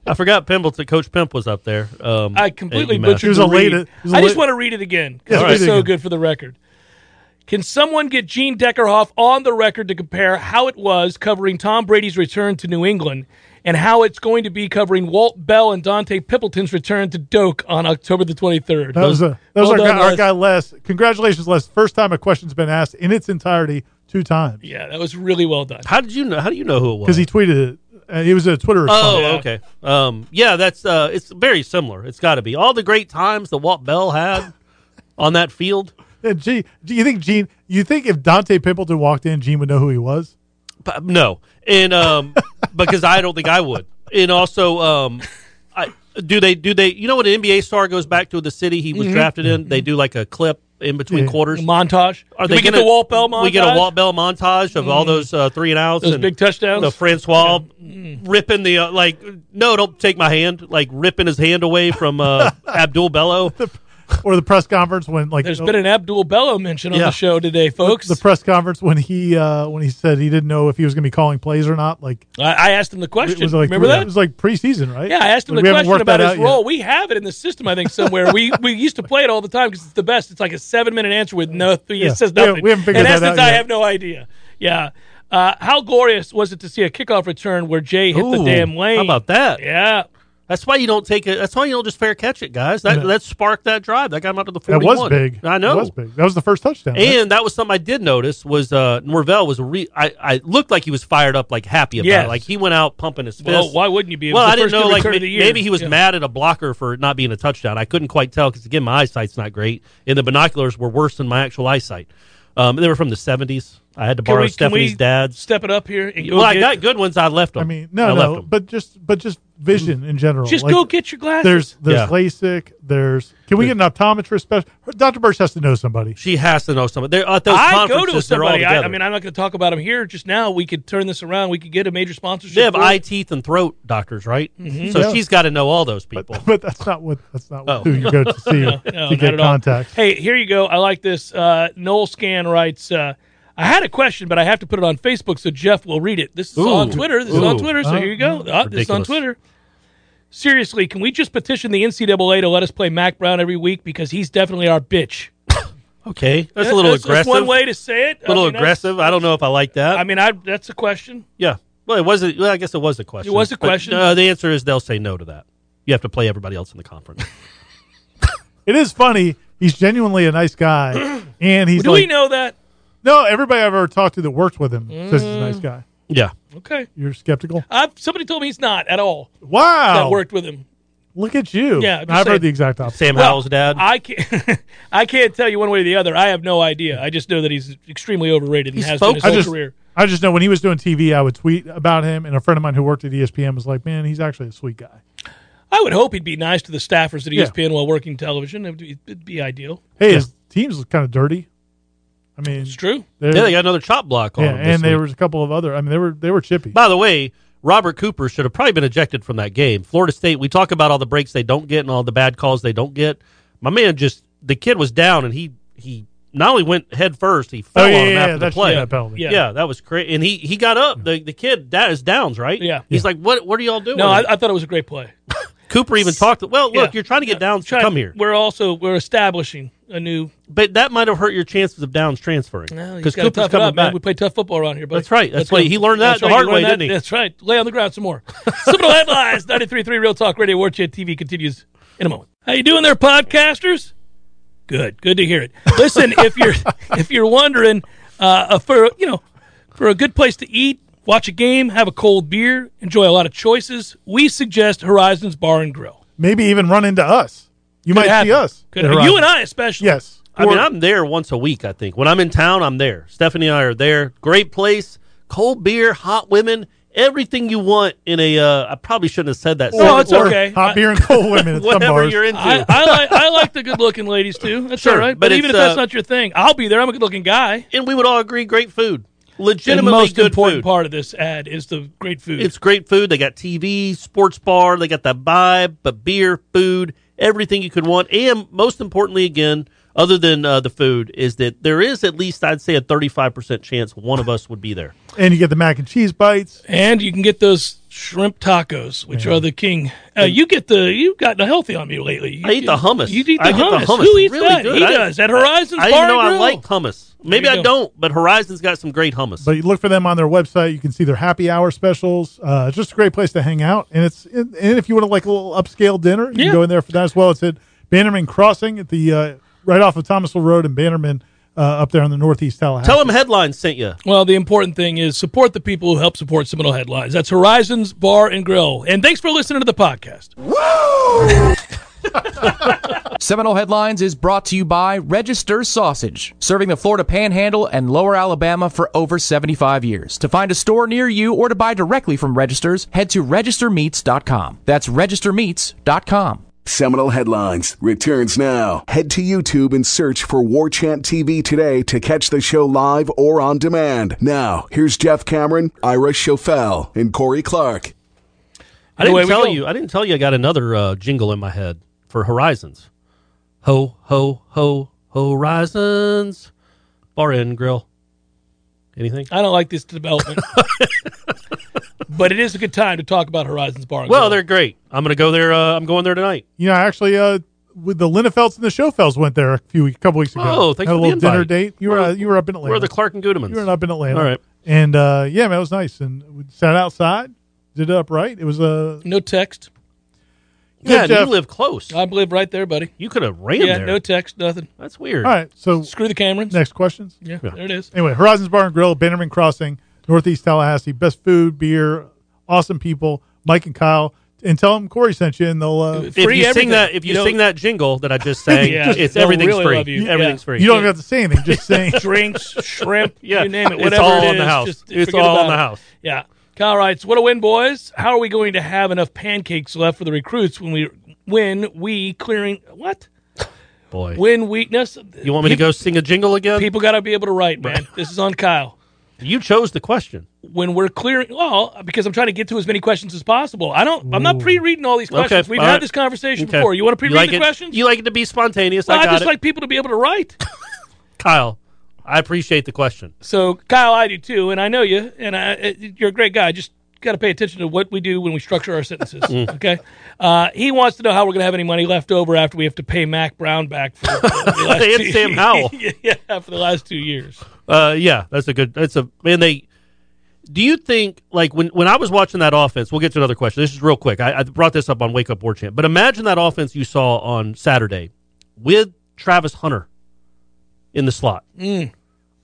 I forgot Pimbleton. Coach Pimp was up there. Um, I completely and he butchered was the a late- read. it was a I just late- want to read it again Yeah, because read it was it so again. good for the record. Can someone get Gene Deckerhoff on the record to compare how it was covering Tom Brady's return to New England and how it's going to be covering Walt Bell and Dante Pimpleton's return to Doak on October the 23rd? That was, a, that was Well our, done, guy, our Les. guy Les. Congratulations, Les. First time a question's been asked in its entirety two times yeah, that was really well done. How did you know? How do you know who it was? because he tweeted it. Uh, it was a Twitter Oh, response. Yeah. okay. Um, yeah, that's uh, it's very similar. It's got to be all the great times that Walt Bell had on that field. Yeah, Gee, do you think Gene? You think if Dante Pimpleton walked in, Gene would know who he was? P- No, and um, because I don't think I would. And also, um, I, do they do they? You know what an NBA star goes back to the city he Mm-hmm. was drafted in? They do like a clip in between Yeah. quarters. Montage. Are Did they we get gonna- the Walt Bell montage? We get a Walt Bell montage of Mm-hmm. all those uh, three and outs, Those and big touchdowns? The Francois ripping the uh, like, no, don't take my hand. Like ripping his hand away from uh, Abdul Bello. Or the press conference when like There's uh, been an Abdul Bello mention on Yeah. the show today, folks. the press conference when he uh, when he said he didn't know if he was going to be calling plays or not. Like I, I asked him the question. it was like Remember three- that? It was like preseason, right? Yeah, I asked him Like, the we haven't question worked about that his out yet. role. We have it in the system, I think, somewhere. we we used to play it all the time because it's the best. It's like a seven minute answer with nothing. Yeah. It says We haven't- nothing. we haven't figured in that essence, out I yet. have no idea. Yeah. Uh, how glorious was it to see a kickoff return where Jay hit the Ooh, damn lane? How about that? Yeah. That's why you don't take it. That's why you don't just fair catch it, guys. That that sparked that drive. That got him up to the That forty-one. was big. I know. That was big. That was the first touchdown. right? And that was something I did notice was uh Norvell was re- I, I looked like he was fired up, like happy about Yes. it. Like he went out pumping his fist. Well, why wouldn't you be? It well, was the I didn't first good know. Like return of the may- year. maybe he was Yeah. mad at a blocker for not being a touchdown. I couldn't quite tell because again, my eyesight's not great, and the binoculars were worse than my actual eyesight. Um, they were from the seventies. I had to Can borrow we- can Stephanie's we dad's. Step it up here and go Well, I get- got good ones. I left them. I mean, no, I left no, 'em. but just but just vision in general. Just Like, go get your glasses. There's there's Yeah. LASIK. There's can we get an optometrist special? Dr. Burch has to know somebody. she has to know somebody. They're, at those I go conferences, to they're all somebody. I, I together. mean, I'm not going to talk about him here just now. We could turn this around. We could get a major sponsorship. They have for it. eye, teeth, and throat doctors, right? Mm-hmm. So Yeah. she's got to know all those people. But that's not what that's not Oh. who you go to see No, to not get at all. contacts. Hey, here you go. I like this. Uh, Noel Scan writes, uh, I had a question, but I have to put it on Facebook so Jeff will read it. This is Ooh. on Twitter. This is on Ooh. Twitter. So here you go. Uh, this is on Ridiculous. Twitter. Seriously, can we just petition the NCAA to let us play Mac Brown every week because he's definitely our bitch? Okay, that's a little aggressive. one way to say it. a little I mean, that's- aggressive. I don't know if I like that. I mean, I, that's a question. yeah. Well, it wasn't. Well, I guess it was a question. It was a But, question. uh, the answer is they'll say no to that. You have to play everybody else in the conference. It is funny. He's genuinely a nice guy, and he's Do like, we know that? no everybody I've ever talked to that works with him says he's a Mm. nice guy. yeah. Okay. You're skeptical. i somebody told me he's not at all. Wow, That worked with him. Look at you. Yeah, I'm just I've saying. heard the exact opposite. Sam Well, Howell's dad. I can't. I can't tell you one way or the other. I have no idea. I just know that he's extremely overrated and He's has been his focused. whole I just, career. I just know when he was doing TV, I would tweet about him, and a friend of mine who worked at E ESPN was like, "Man, he's actually a sweet guy." I would hope he'd be nice to the staffers at E Yeah. ESPN while working television. It'd be, it'd be ideal. Hey, his team's kind of dirty. I mean, It's true. they're- yeah, they got another chop block on. yeah, them this and there week. was a couple of other. I mean, they were they were chippy. By the way, Robert Cooper should have probably been ejected from that game. Florida State. We talk about all the breaks they don't get and all the bad calls they don't get. My man just the kid was down and he he not only went head first, he fell oh yeah, on him yeah, after yeah the that should play. be that penalty. Yeah. Yeah. that was crazy. And he he got up. The the kid that is Downs, right? Yeah. He's like, what What are y'all doing? No, I, I thought it was a great play. Cooper even talked. Well, look, you're trying to get Downs to Trying- come here, We're also we're establishing a new. but that might have hurt your chances of Downs transferring you because gotta Cooper's tough it coming up, man. back. We play tough football around here, buddy. That's right. That's Let's why go. he learned that That's the right. hard learned way, that. didn't he? That's right. Lay on the ground some more. Seminole headlines. 93.3 Real Talk Radio. War Chant TV continues in a moment. How you doing there, podcasters? Good. Good to hear it. Listen, if you're if you're wondering uh, for you know for a good place to eat, watch a game, have a cold beer, enjoy a lot of choices, we suggest Horizons Bar and Grill. Maybe even run into us. You might see happen. us. Could, at you Horizon. and I especially. Yes. I mean, I'm there once a week. I think when I'm in town, I'm there. Stephanie and I are there. Great place, cold beer, hot women, everything you want in a. Uh, I probably shouldn't have said that. No, Oh, it's Or okay. Hot beer and cold women at some Whatever bars. you're into. I, I like I like the good looking ladies too. That's Sure, all right. but But, even if it's, that's uh, not your thing, I'll be there. I'm a good looking guy. and we would all agree, great food. The Legitimately most good important food. part of this ad is the great food. It's great food. They got TV, sports bar. They got the vibe, but beer, food, everything you could want. And most importantly, again, other than uh, the food, is that there is at least I'd say a 35 percent chance one of us would be there. And you get the mac and cheese bites. and you can get those shrimp tacos, which are the king. Uh, you get the you've gotten healthy on me lately. You, I eat the hummus. You eat the, I get hummus. Who eats Really that? good. He I- does at Horizons I, I Bar didn't know and I Grill. like hummus. Maybe you I go. don't, but Horizon's got some great hummus. But you look for them on their website. You can see their happy hour specials. Uh, it's just a great place to hang out. And it's and if you want to like a little upscale dinner, you Yeah. can go in there for that as well. It's at Bannerman Crossing at the uh, right off of Thomasville Road and Bannerman uh, up there on the northeast Tallahassee. Tell them headlines sent you. Well, the important thing is support the people who help support Seminole Headlines. That's Horizons Bar and Grill. And thanks for listening to the podcast. Seminole Headlines is brought to you by Register Sausage, serving the Florida Panhandle and Lower Alabama for over 75 years. To find a store near you or to buy directly from Registers, head to registermeats.com. That's registermeats.com. Seminole Headlines returns now. Head to YouTube and search for War Chant TV today to catch the show live or on demand. Now, here's Jeff Cameron, Ira Schofel, and Corey Clark. I didn't Anyway, we tell go. you. I didn't tell you. I got another uh, jingle in my head for Horizons. Ho ho ho Horizons Bar and Grill. Anything? I don't like this development. but it is a good time to talk about Horizons Bar and Well, Grill. they're great. I'm gonna go there. Uh, I'm going there tonight. you know, actually, uh, with the Linnefelds and the Schofelds went there a few a couple weeks ago. Oh, thanks Had a for the little dinner invite. date. You were uh, you were up in Atlanta. Where are the Clark and Goodemans? You were up in Atlanta. All right. And uh, yeah, man, it was nice. And we sat outside, did it up right. It was a uh, no text. yeah, Yeah, and you Jeff. live close. I live right there, buddy. you could have ran Yeah, there. no text, nothing. That's weird. all right. So Screw the Camerons. next questions. Yeah, there it is. Anyway, Horizons Bar and Grill, Bannerman Crossing, Northeast Tallahassee. Best food, beer, awesome people. Mike and Kyle, and tell them Corey sent you, and they'll. Uh, If If Free you sing everything. that, if you, You know- sing that jingle that I just sang, Yeah, it's they'll everything's really free. love you. Everything's free. you don't even have to say anything. Just saying. Drinks, shrimp, Yeah. you name it, It's whatever all it in the is, house. just It's forget all in about the it. house. Yeah. Kyle writes, "What a win, boys! How are we going to have enough pancakes left for the recruits when we when we clearing what Boy, when weakness? you want me to go sing a jingle again? People got to be able to write, man. this is on Kyle. you chose the question. When we're clearing, well, because I'm trying to get to as many questions as possible. I don't. I'm not pre-reading all these Okay, questions. We've all had right. this conversation Okay. before. You want to You pre-read like the it- questions? You like it to be spontaneous. Well, I I, got just it. like people to be able to write. Kyle, I appreciate the question. So Kyle, I do too, and I know you, and I, uh, you're a great guy. Just got to pay attention to what we do when we structure our sentences. Mm. okay, uh, he wants to know how we're going to have any money left over after we have to pay Mac Brown back for uh, the last And two- Sam Howell. yeah, for the last two years. Uh, yeah, that's a good. That's a man. They. Do you think like when when I was watching that offense? We'll get to another question. This is real quick. I, I brought this up on Wake Up War Chant, but imagine that offense you saw on Saturday with Travis Hunter in the slot. Mm.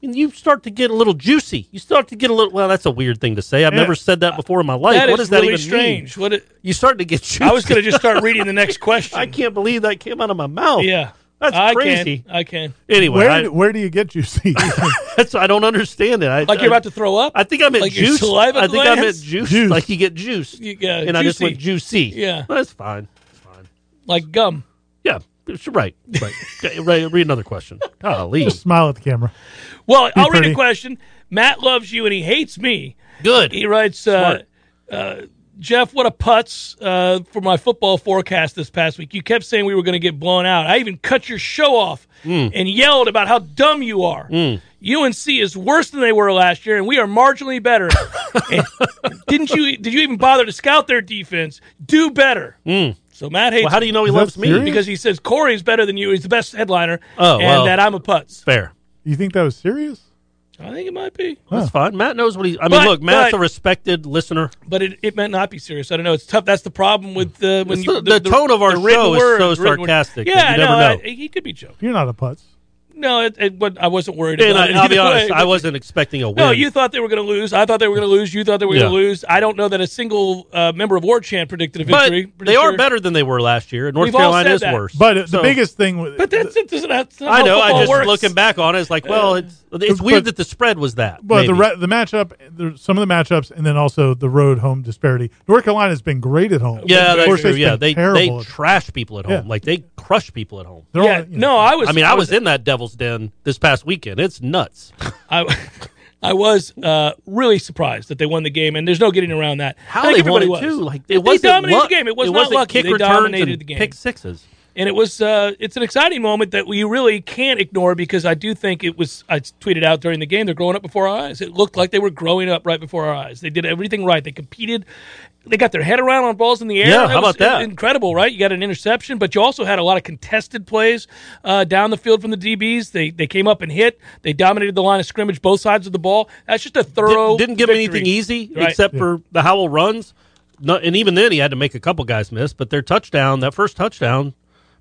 And you start to get a little juicy. You start to get a little. Well, that's a weird thing to say. I've never said that before in my life. That is what does that really even strange. mean? What it, You start to get juicy. I was going to just start reading the next question. I can't believe that came out of my mouth. Yeah, That's I crazy. Can, I can. Anyway, Where, I, do- where do you get juicy? that's I don't understand it. I, Like you're I- about to throw up. uh, I think I meant Like your juice. saliva I think I meant glands? juice, Juice. Like you get juiced, You got and I just juicy. went juicy. Yeah. Well, that's fine. That's fine. like gum. Yeah, it's right. Right. Okay, right. Read another question. Golly, Smile at the camera. Well, I'll read pretty. a question. Matt loves you and he hates me. good. He writes, uh, Smart. uh, Jeff, what a putz uh, for my football forecast this past week. You kept saying we were going to get blown out. I even cut your show off Mm. and yelled about how dumb you are. UNC is worse than they were last year, and we are marginally better. And didn't you? Did you even bother to scout their defense? Do better. So Matt hates. Mm. Well, how do you know he me. loves me? serious? Because he says Corey's better than you. He's the best headliner. Mm. Oh, and well. that I'm a putz. Fair. You think that was serious? I think it might be, That's fine. Matt knows what he. I mean, But- look, Matt's but- a respected listener. but it, it might not be serious. I don't know. It's tough. That's the problem with the when It's you, the- the tone of our the written show is word, so the written word. sarcastic that Yeah, you never no, know. I- he could be joking. You're not a putz. No, it, it, what- I wasn't worried. And about I, it I'll be either way, honest, I but- wasn't expecting a win. No, you thought they were going to lose. I thought they were going to lose. You thought they were going Yeah. to lose. I don't know that a single uh, member of War Chant predicted a but victory. Pretty they are sure- better than they were last year. and North We've all Carolina said is that. worse. But So, the biggest thing with But that's it. Doesn't that's not I how know. I football just works. looking back on it, it's like, well, it's it's But- weird that the spread was that. Well, the maybe. re- the matchup, there, some of the matchups, and then also the road home disparity. North Carolina's been great at home. yeah, Florida that's true. State's Yeah, been they terrible. they at- trash people at home. Yeah. Like they crush people at home. they're Yeah, all- you know, no, I was. I mean, I was in that devil's den this past weekend. It's nuts. I, I was uh, really surprised that they won the game, and there's no getting around that. I How think they won everybody it was. too. Like they it wasn't dominated luck- the game. It was not wasn't lucky. Kick They returns dominated and the game. Pick sixes. and it was uh, it's an exciting moment that we really can't ignore because I do think it was I tweeted out during the game they're growing up before our eyes. It looked like they were growing up right before our eyes. They did everything right. They competed. They got their head around on balls in the air. Yeah, It how was about that? Incredible, right? You got an interception, but you also had a lot of contested plays uh, down the field from the DBs. They they came up and hit. They dominated the line of scrimmage, both sides of the ball. That's just a thorough. Didn't, didn't give him victory. anything easy Right. except for the Howell runs. No, and even then, he had to make a couple guys miss. But their touchdown, that first touchdown,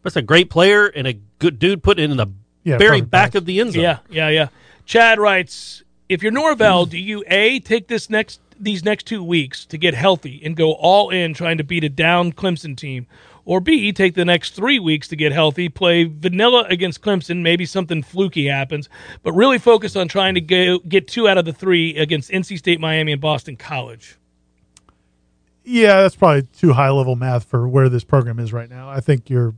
that's a great player and a good dude put it in the Yeah, very perfect back pass. of the end zone. Yeah, yeah, yeah. Chad writes, if you're Norvell, do you a take this next these next two weeks to get healthy and go all in trying to beat a down Clemson team, or b take the next three weeks to get healthy, play vanilla against Clemson, maybe something fluky happens, but really focus on trying to go, get two out of the three against NC State, Miami, and Boston College. yeah, that's probably too high level math for where this program is right now. I think you're,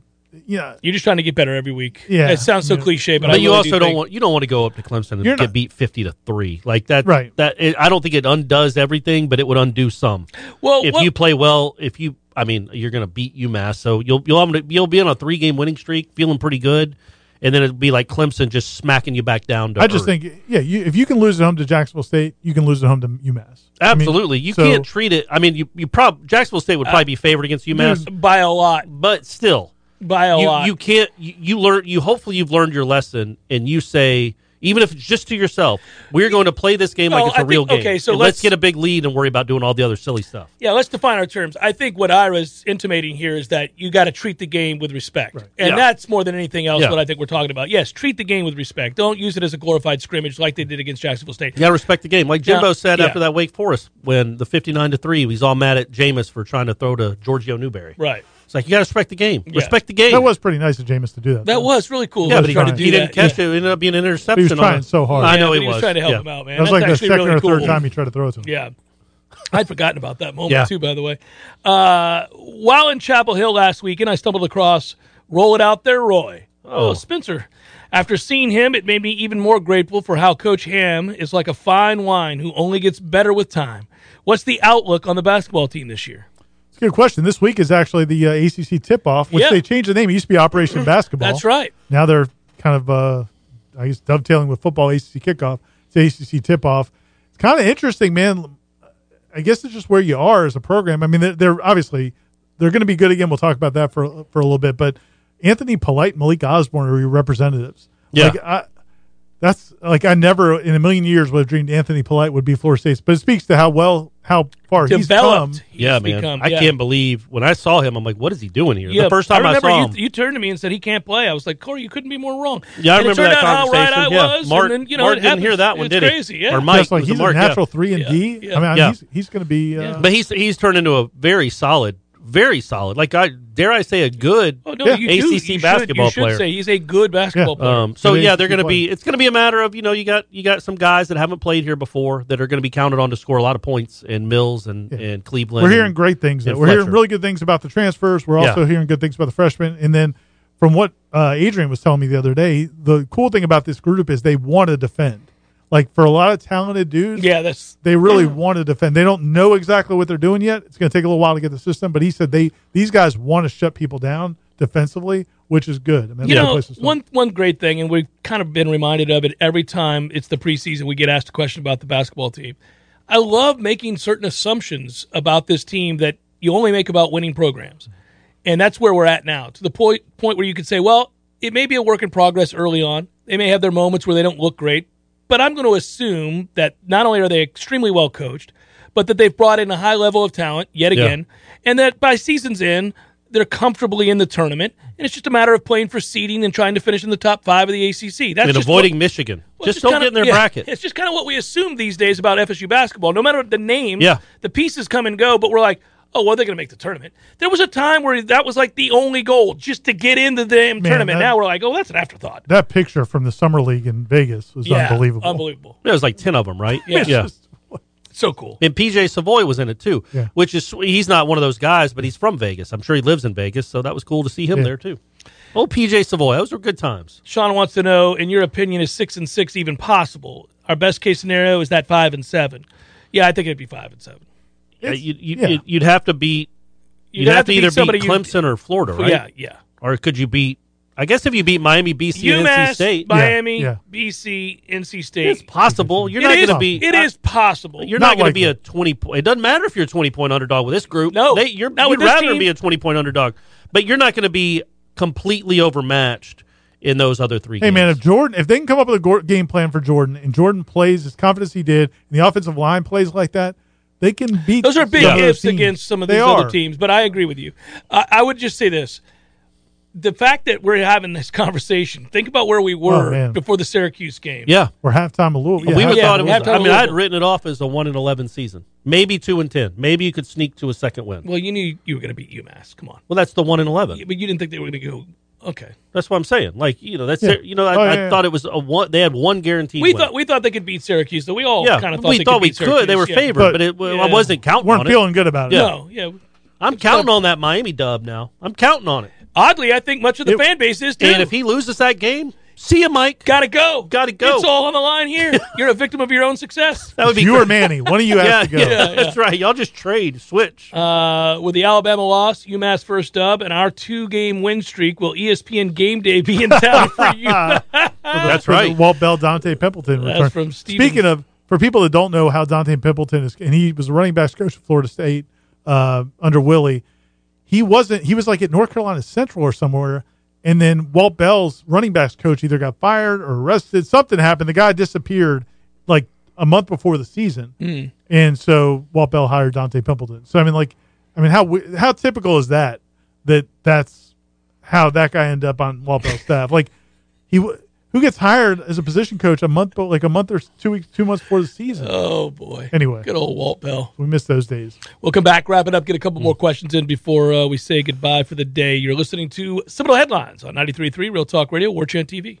yeah, You're just trying to get better every week. Yeah. it sounds so Yeah. cliche, but, But, I you really also do don't think- want you don't want to go up to Clemson and You're get not- beat fifty to three like that. Right. That it, I don't think it undoes everything, but it would undo some. Well, if what- you play well, if you, I mean, you're going to beat UMass, so you'll you'll you'll be on a three game winning streak, feeling pretty good, and then it'd be like Clemson just smacking you back down. To I just earth. think, yeah, you, if you can lose at home to Jacksonville State, you can lose at home to UMass. I mean, Absolutely, you so- can't treat it. I mean, you you prob Jacksonville State would probably be favored against UMass, by a lot, but still, by a you, lot. you can't. You, you learn. You hopefully you've learned your lesson, and you say. Even if it's just to yourself, we're going to play this game No, like it's a I think- real game. okay, so And let's, let's- get a big lead and worry about doing all the other silly stuff. Yeah, let's define our terms. I think what Ira's intimating here is that you got to treat the game with respect. And Yeah. that's more than anything else Yeah. what I think we're talking about. Yes, treat the game with respect. Don't use it as a glorified scrimmage like they did against Jacksonville State. You got to respect the game. Like Jimbo Yeah, said yeah. after that Wake Forest when the 59 to 3, he's all mad at Jameis for trying to throw to Giorgio Newberry. Right. It's like, you got to respect the game. Respect the game. that was pretty nice of Jameis to do that. That was really cool. yeah, He but he, tried to trying. do he didn't that. catch it. It ended up being an interception. on trying it. so hard. I Yeah, know but he, he was. was trying to help yeah. him out, man. that was That's like the actually second really or third cool. time he tried to throw it to him. Yeah. I'd forgotten about that moment Yeah. too, by the way. Uh, while in Chapel Hill last weekend, I stumbled across Roll It Out There Roy. Oh, Spencer. After seeing him, it made me even more grateful for how Coach Ham is like a fine wine who only gets better with time. What's the outlook on the basketball team this year? It's a good question. This week is actually the uh, ACC tip off, which Yeah. they changed the name. It used to be Operation Basketball. That's right. Now they're kind of, uh, I guess, dovetailing with football ACC kickoff. It's ACC tip off. It's kind of interesting, man. I guess it's just where you are as a program. I mean, they're, they're obviously they're going to be good again. We'll talk about that for for a little bit. But Anthony Polite, and Malik Osborne are your representatives. Yeah. Like, I, that's like I never in a million years would have dreamed Anthony Polite would be Florida State's. But it speaks to how well, how far Developed. he's come. he's Yeah, man. become, I yeah. can't believe when I saw him, I'm like, what is he doing here? Yeah, the first time I, remember saw you, him. you turned to me and said he can't play. I was like, Corey, you couldn't be more wrong. yeah, I And it remember turned that out conversation. How right I yeah, was, Mark, and then, you know, Mark it didn't hear happens. that one, it's did crazy, he? Yeah. Or Mike? Just like was it he's Mark? a Yeah. natural three and D. I Yeah. mean, Yeah. he's he's going to be. Uh, But he's he's turned into a very solid, very solid. Like I dare I say, a good Oh no, Yeah. you do. ACC You should- basketball you should player. Say he's a good basketball Yeah. player. Um, so It is yeah, they're a good going to be. player. It's going to be a matter of you know you got you got some guys that haven't played here before that are going to be counted on to score a lot of points and Mills and and Cleveland. We're and- hearing great things. and Though. We're hearing Fletcher. really good things about the transfers. We're Yeah. also hearing good things about the freshmen. And then, from what uh, Adrian was telling me the other day, the cool thing about this group is they want to defend. Like for a lot of talented dudes, yeah, that's they really want to defend. They don't know exactly what they're doing yet. It's going to take a little while to get the system. But he said they these guys want to shut people down defensively, which is good. I mean, you that's a know place to start. one one great thing, and we've kind of been reminded of it every time it's the preseason. We get asked a question about the basketball team. I love making certain assumptions about this team that you only make about winning programs. And that's where we're at now, to the point point where you could say, well, it may be a work in progress early on. They may have their moments where they don't look great, but I'm going to assume that not only are they extremely well coached, but that they've brought in a high level of talent yet Yeah. again, and that by season's end, they're comfortably in the tournament, and it's just a matter of playing for seeding and trying to finish in the top five of the ACC. That's and just avoiding what- Michigan. well, it's just, don't kinda- get in their yeah, bracket. It's just kind of what we assume these days about FSU basketball. No matter the name, Yeah. the pieces come and go, but we're like, oh, well, they're going to make the tournament. There was a time where that was like the only goal, just to get into the damn Man, tournament. that- now we're like, oh, that's an afterthought. That picture from the summer league in Vegas was yeah, unbelievable. Unbelievable. There was like ten of them, right? Yeah. yeah. So cool. And PJ Savoy was in it too, Yeah. which is he's not one of those guys, but he's from Vegas. I'm sure he lives in Vegas, so that was cool to see him Yeah. there too. Oh, PJ Savoy, those were good times. Sean wants to know, in your opinion, is six and six even possible? Our best case scenario is that five and seven. Yeah, I think it'd be five and seven. Yeah, you, you, yeah. you'd- You'd have to beat. You'd, have, to beat either beat somebody you- Clemson or Florida, right? Yeah, yeah. Or could you beat? I guess if you beat Miami, BC, and NC UMass, State, Miami, yeah. BC, NC State. it's possible. You're It not is- going to be. It is possible. You're Not not, going likely. to be a twenty. point. It doesn't matter if you're a twenty point underdog with this group. No. they, you're, Not you'd with this rather team. be a twenty point underdog, but you're not going to be completely overmatched in those other three. Hey games. man, if Jordan, if they can come up with a go- game plan for Jordan, and Jordan plays as confident as he did, and the offensive line plays like that, they can beat. Those are big some of those ifs teams. against some of They these are. other teams, but I agree with you. I, I would just say this: the fact that we're having this conversation. Think about where we were Oh, man. before the Syracuse game. Uh, yeah, Or halftime a little. we would halftime thought it a was. little. halftime I mean, I had Louisville. written it off as a one and eleven season, maybe two and ten. Maybe you could sneak to a second win. Well, you knew you were going to beat UMass. Come on, Well, that's the one and eleven. but you didn't think they were going to go. Okay, That's what I'm saying. Like you know, that's Yeah. you know, I, Oh, I yeah, yeah. thought it was a one. They had one guaranteed. we win. thought we thought they could beat Syracuse. Though we all yeah, kind of thought we they thought could we beat Syracuse. could. They were yeah. favored, but, But- it, well, I Yeah. wasn't counting weren't on feeling it. good about it. Yeah. No, yeah. I'm counting on that Miami dub now. I'm counting on it. Oddly, I think much of the It- fan base is too. And if he loses that game, see you, Mike. gotta go, Gotta go. It's all on the line here. You're a victim of your own success. That would be you great. or Manny, one of you has yeah, to go. yeah, that's right. Y'all just trade, switch. Uh, with the Alabama loss, UMass first dub, and our two-game win streak, will E ESPN Game Day be in town for you? Oh, that's Because Walt Bell, Dante Pimpleton. That's returned. from Stephen- Speaking of, for people that don't know how Dante Pimpleton is, and he was a running backs coach at Florida State uh, under Willie. He wasn't. He was like at North Carolina Central or somewhere, and then Walt Bell's running backs coach either got fired or arrested. Something happened. The guy disappeared like a month before the season, Hmm. and so Walt Bell hired Dante Pimpleton. So I mean, like, I mean, how we- how typical is that? That that's how that guy ended up on Walt Bell's staff. Like he w- who gets hired as a position coach a month, like a month or s- two weeks, two months before the season. oh boy. Anyway. good old Walt Bell. we miss those days. We'll come back, wrap it up, get a Hmm. couple more questions in before uh, we say goodbye for the day. You're listening to Seminole Headlines on 93.3 Real Talk Radio, War Chant TV.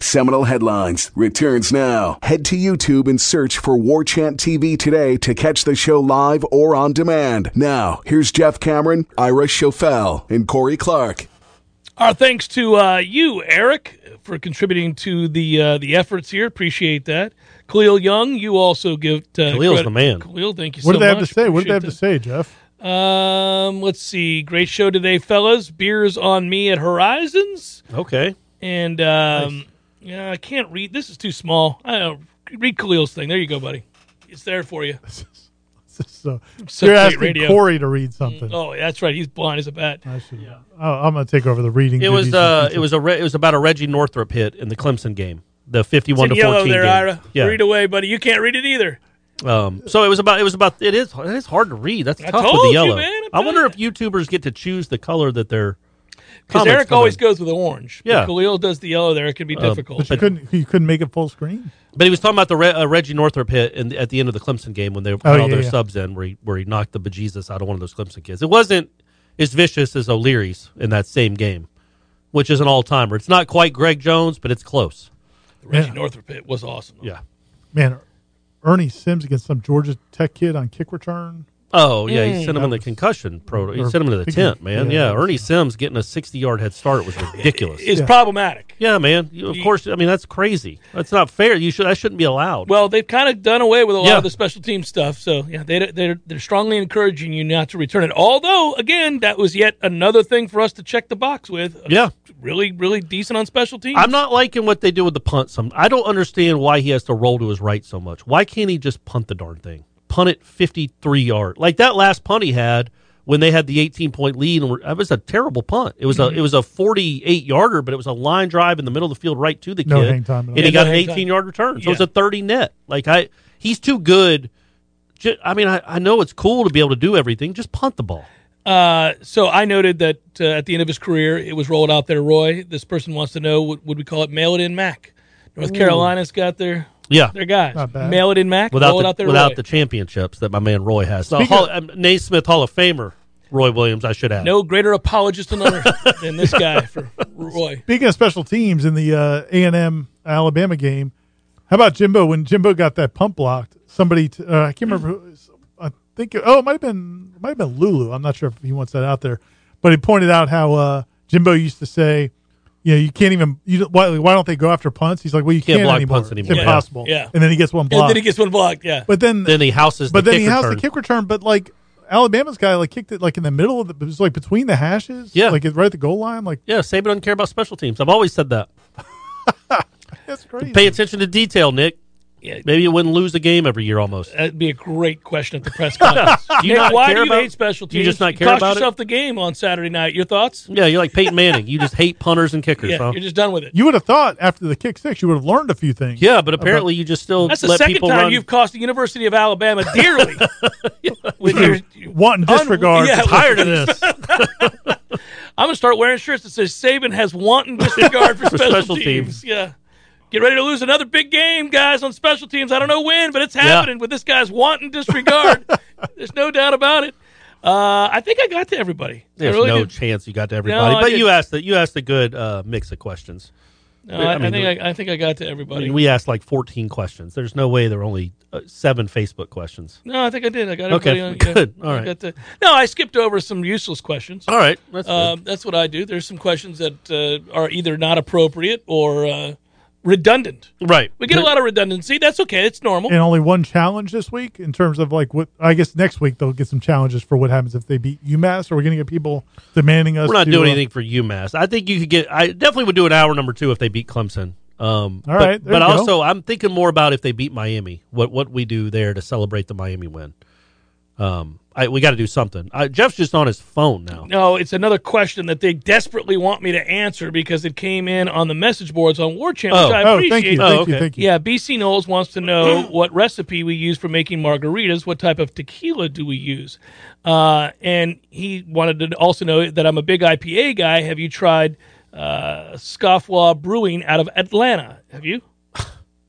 Seminal Headlines returns now. Head to YouTube and search for War Chant TV today to catch the show live or on demand. Now, here's Jeff Cameron, Ira Schofel, and Corey Clark. Our thanks to uh, you, Eric, for contributing to the uh, the efforts here. Appreciate that. Khalil Young, you also give. Uh, Khalil's the man. Khalil, thank you What so do they have much. to say? What do they Appreciate have that. to say, Jeff? Um, let's see. Great show today, fellas. Beers on me at Horizons, Okay. and um, yeah, I can't read. This is too small. I don't read Khalil's thing. There you go, buddy. It's there for you. so So you're great asking radio. Corey to read something. Oh, that's right. He's blind as a bat. I should. Oh, I'm going to take over the reading. It was duties. uh, it was a re- it was about a Reggie Northrup hit in the Clemson game, the fifty-one It's in to yellow fourteen there, game. Ira. Yeah. Read away, buddy. You can't read it either. Um, so it was about it was about it is it is hard to read. That's I tough with told the you, yellow. man, I'm I telling wonder you. if YouTubers get to choose the color that they're. Because comments Eric come always in. goes with the orange. When Yeah. Uh, Khalil does the yellow there. It can be difficult. You couldn't you couldn't make it full screen? But he was talking about the Re- uh, Reggie Northrup hit in, at the end of the Clemson game when they got Oh, all yeah, their yeah. subs in, where he where he knocked the bejesus out of one of those Clemson kids. It wasn't as vicious as O'Leary's in that same game, which is an all timer. It's not quite Greg Jones, but it's close. The Reggie Yeah. Northrup hit was awesome. Yeah. Man, Ernie Sims against some Georgia Tech kid on kick return. Oh yeah, he Mm. sent him in the concussion pro. He Or- sent him into the tent, man. Yeah. Yeah, Ernie Sims getting a sixty-yard head start was ridiculous. It's problematic. Yeah, man. You- of course, I mean that's crazy. That's not fair. You should that shouldn't be allowed. Well, they've kind of done away with a lot Yeah. of the special team stuff. So, yeah, they, they're, they're strongly encouraging you not to return it. Although, again, that was yet another thing for us to check the box with. Yeah. Really, really decent on special teams. I'm not liking what they do with the punt. Some I don't understand why he has to roll to his right so much. Why can't he just punt the darn thing? Punt it 53 yard like that last punt he had when they had the 18 point lead. And were, it was a terrible punt. It was a it was a 48 yarder, but it was a line drive in the middle of the field right to the No kid, hang time at all. and he Yeah, got no an hang time. 18 yard return. So it's Yeah. a 30 net. Like I, he's too good. Ju- I mean, I, I know it's cool to be able to do everything. Just punt the ball. Uh, so I noted that uh, at the end of his career, it was rolled out there. Roy, this person wants to know: would, would we call it mail it in Mac? North Ooh. Carolina's got their Yeah. their guys. Not bad. Mail it in Mac. without roll the, it out there. without Roy. the championships that my man Roy has. The Speaking Hall, um, Naismith Hall of Famer, Roy Williams. I should add. no greater apologist on earth than this guy for Roy. Speaking of special teams in the uh, A&M Alabama game, how about Jimbo? When Jimbo got that pump blocked, somebody t- uh, I can't remember. Who, it was. I think it, oh, it might have been it might have been Lulu. I'm not sure if he wants that out there, but he pointed out how uh, Jimbo used to say, "You know, you can't even. You, don't- why, why don't they go after punts?" He's like, "Well, you Can't can't, block anymore. punts anymore. It's Yeah. impossible." Yeah. and then he gets one block. And then he gets one blocked. Yeah. But then then he houses. but the then kick he housed return. the kick return. But like Alabama's guy, like kicked it like in the middle of the. It was like between the hashes. Yeah. like right at the goal line. Like Yeah, Saban doesn't care about special teams. I've always said that. That's crazy. Pay attention to detail, Nick. Yeah. Maybe you wouldn't lose a game every year almost. That'd be a great question at the press conference. Do you Nick, not why care do you about- hate special do teams? you just not care cost about it? yourself the game on Saturday night. Your thoughts? Yeah, you're like Peyton Manning. You just hate punters and kickers, Yeah, huh? you're just done with it. You would have thought after the kick six, you would have learned a few things. Yeah, but apparently you just still That's the let second people time run. you've cost the University of Alabama dearly. with your want disregard. Yeah, tired of this. I'm gonna start wearing shirts that says Saban has wanton disregard for, For special, special teams. Yeah. Get ready to lose another big game, guys, on special teams. I don't know when, but it's Yeah. happening with this guy's wanton disregard. There's no doubt about it. Uh, I think I got to everybody. I There's really no did. chance you got to everybody. I but did- you asked the, you asked a good uh, mix of questions. No, I, I mean, think I, I think I got to I everybody. mean, we asked like 14 questions. There's no way there were only uh, seven Facebook questions. no, I think I did. I got Okay, everybody. on, good. All I right. got to- no, I skipped over some useless questions. All right, that's Um, that's what I do. There's some questions that uh, are either not appropriate or uh, redundant. Right. We get a lot of redundancy. That's okay. It's normal. And only one challenge this week in terms of like what I guess next week they'll get some challenges for what happens if they beat UMass. Are we going to get people demanding us? We're not to, doing uh, anything for UMass. I think you could get. I definitely would do an hour number two if they beat Clemson. All Um, but, right, there but you go. also I'm thinking more about if they beat Miami. What what we do there to celebrate the Miami win. Um, I, we got to do something. I, Jeff's just on his phone now. No, it's another question that they desperately want me to answer because it came in on the message boards on War Chant, Oh. which I Oh, appreciate. thank you, thank Oh, you, okay. thank you. Yeah, BC Knowles wants to know what recipe we use for making margaritas. What type of tequila do we use? Uh, and he wanted to also know that I'm a big IPA guy. Have you tried uh, Scofflaw Brewing out of Atlanta? Have you?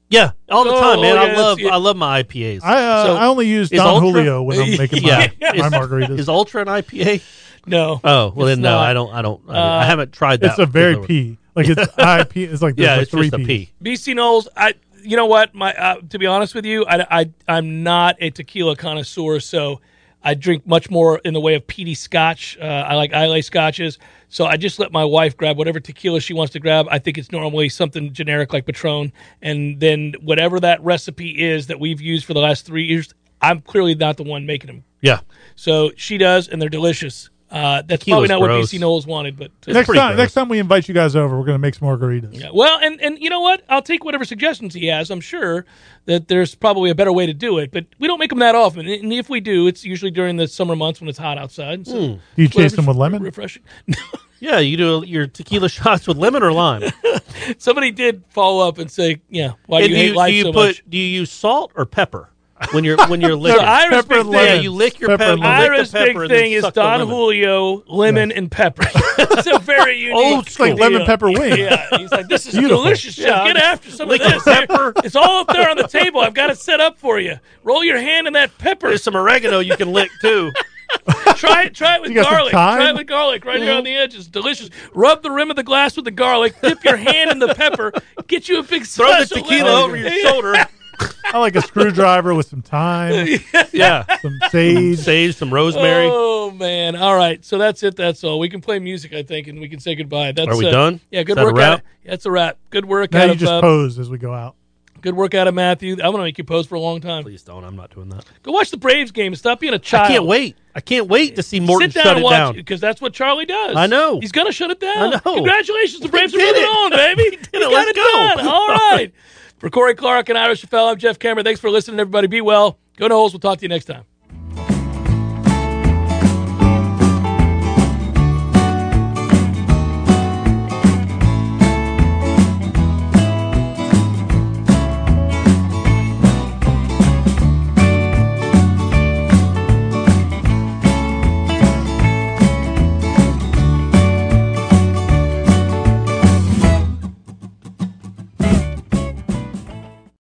Yeah, all the Oh, time, man. yeah, I that's- love yeah. I love my IPAs. I, uh, I only use is Don Ultra- Julio when I'm making my, my Is- margaritas. Is Ultra an IPA? No. Oh well, It's then no. not. I don't. I don't. I, don't- Uh, I haven't tried that. It's a very particular- P. Like it's IP. It's like yeah, there's it's like three just a P. BC Knowles, I you know what? My uh, to be honest with you, I, I I'm not a tequila connoisseur, so I drink much more in the way of peaty scotch. Uh, I like Islay scotches, so I just let my wife grab whatever tequila she wants to grab. I think it's normally something generic like Patron, and then whatever that recipe is that we've used for the last three years, I'm clearly not the one making them. Yeah. So she does, and they're delicious. Uh, that's probably Tequila's not gross. what BC Knowles wanted, but uh, next time, next time we invite you guys over, we're going to make some margaritas. yeah, Well, and and you know what? I'll take whatever suggestions he has. I'm sure that there's probably a better way to do it, but we don't make them that often. And if we do, it's usually during the summer months when it's hot outside. So Mm. Do you chase whatever's them with lemon? Refreshing. Yeah, you do your tequila shots with lemon or lime. Somebody did follow up and say, "Yeah, why do And you hate life do you so put much?" do you use salt or pepper when you're when you're licking? the Irish pepper big Yeah, thing, you lick your pepper pepper. you lick Irish the pepper big and then thing is suck the Don lemon. Julio, lemon and pepper. it's a very unique, Old school. Like lemon pepper wing. Yeah, he's like, "This is Beautiful. delicious. Yeah. Jeff. Get after some Lick of the this. It's all up there on the table. I've got it set up for you. Roll your hand in that pepper. There's some oregano you can lick too. Try it. Try it with You got some garlic. Try it thyme? with garlic right here on the edge. It's delicious. Rub the rim of the glass with the garlic. Dip your hand in the pepper. Get you a big Throw the special tequila lemon. over your shoulder. I like a screwdriver with some thyme. Yeah. Some sage. Sage, some rosemary. Oh man! All right, so that's it. That's all. We can play music, I think, and we can say goodbye. That's Are we uh, done? Yeah, Is good that a work. wrap? out of- that's a wrap. Good work Now out you of just uh, pose as we go out. good work out of Matthew. I'm gonna make you pose for a long time. Please don't. I'm not doing that. Go watch the Braves game. and Stop being a child. I can't wait. I can't wait to see Morton Sit down shut and it watch down. because that's what Charlie does. I know. he's gonna shut it down. I know. Congratulations, the Braves are did moving it. on, baby. They did They it. got Let's it go. done. All right. For Corey Clark and Irish Chaffel, I'm Jeff Cameron. Thanks for listening, everybody. Be well. Go to holes. We'll talk to you next time.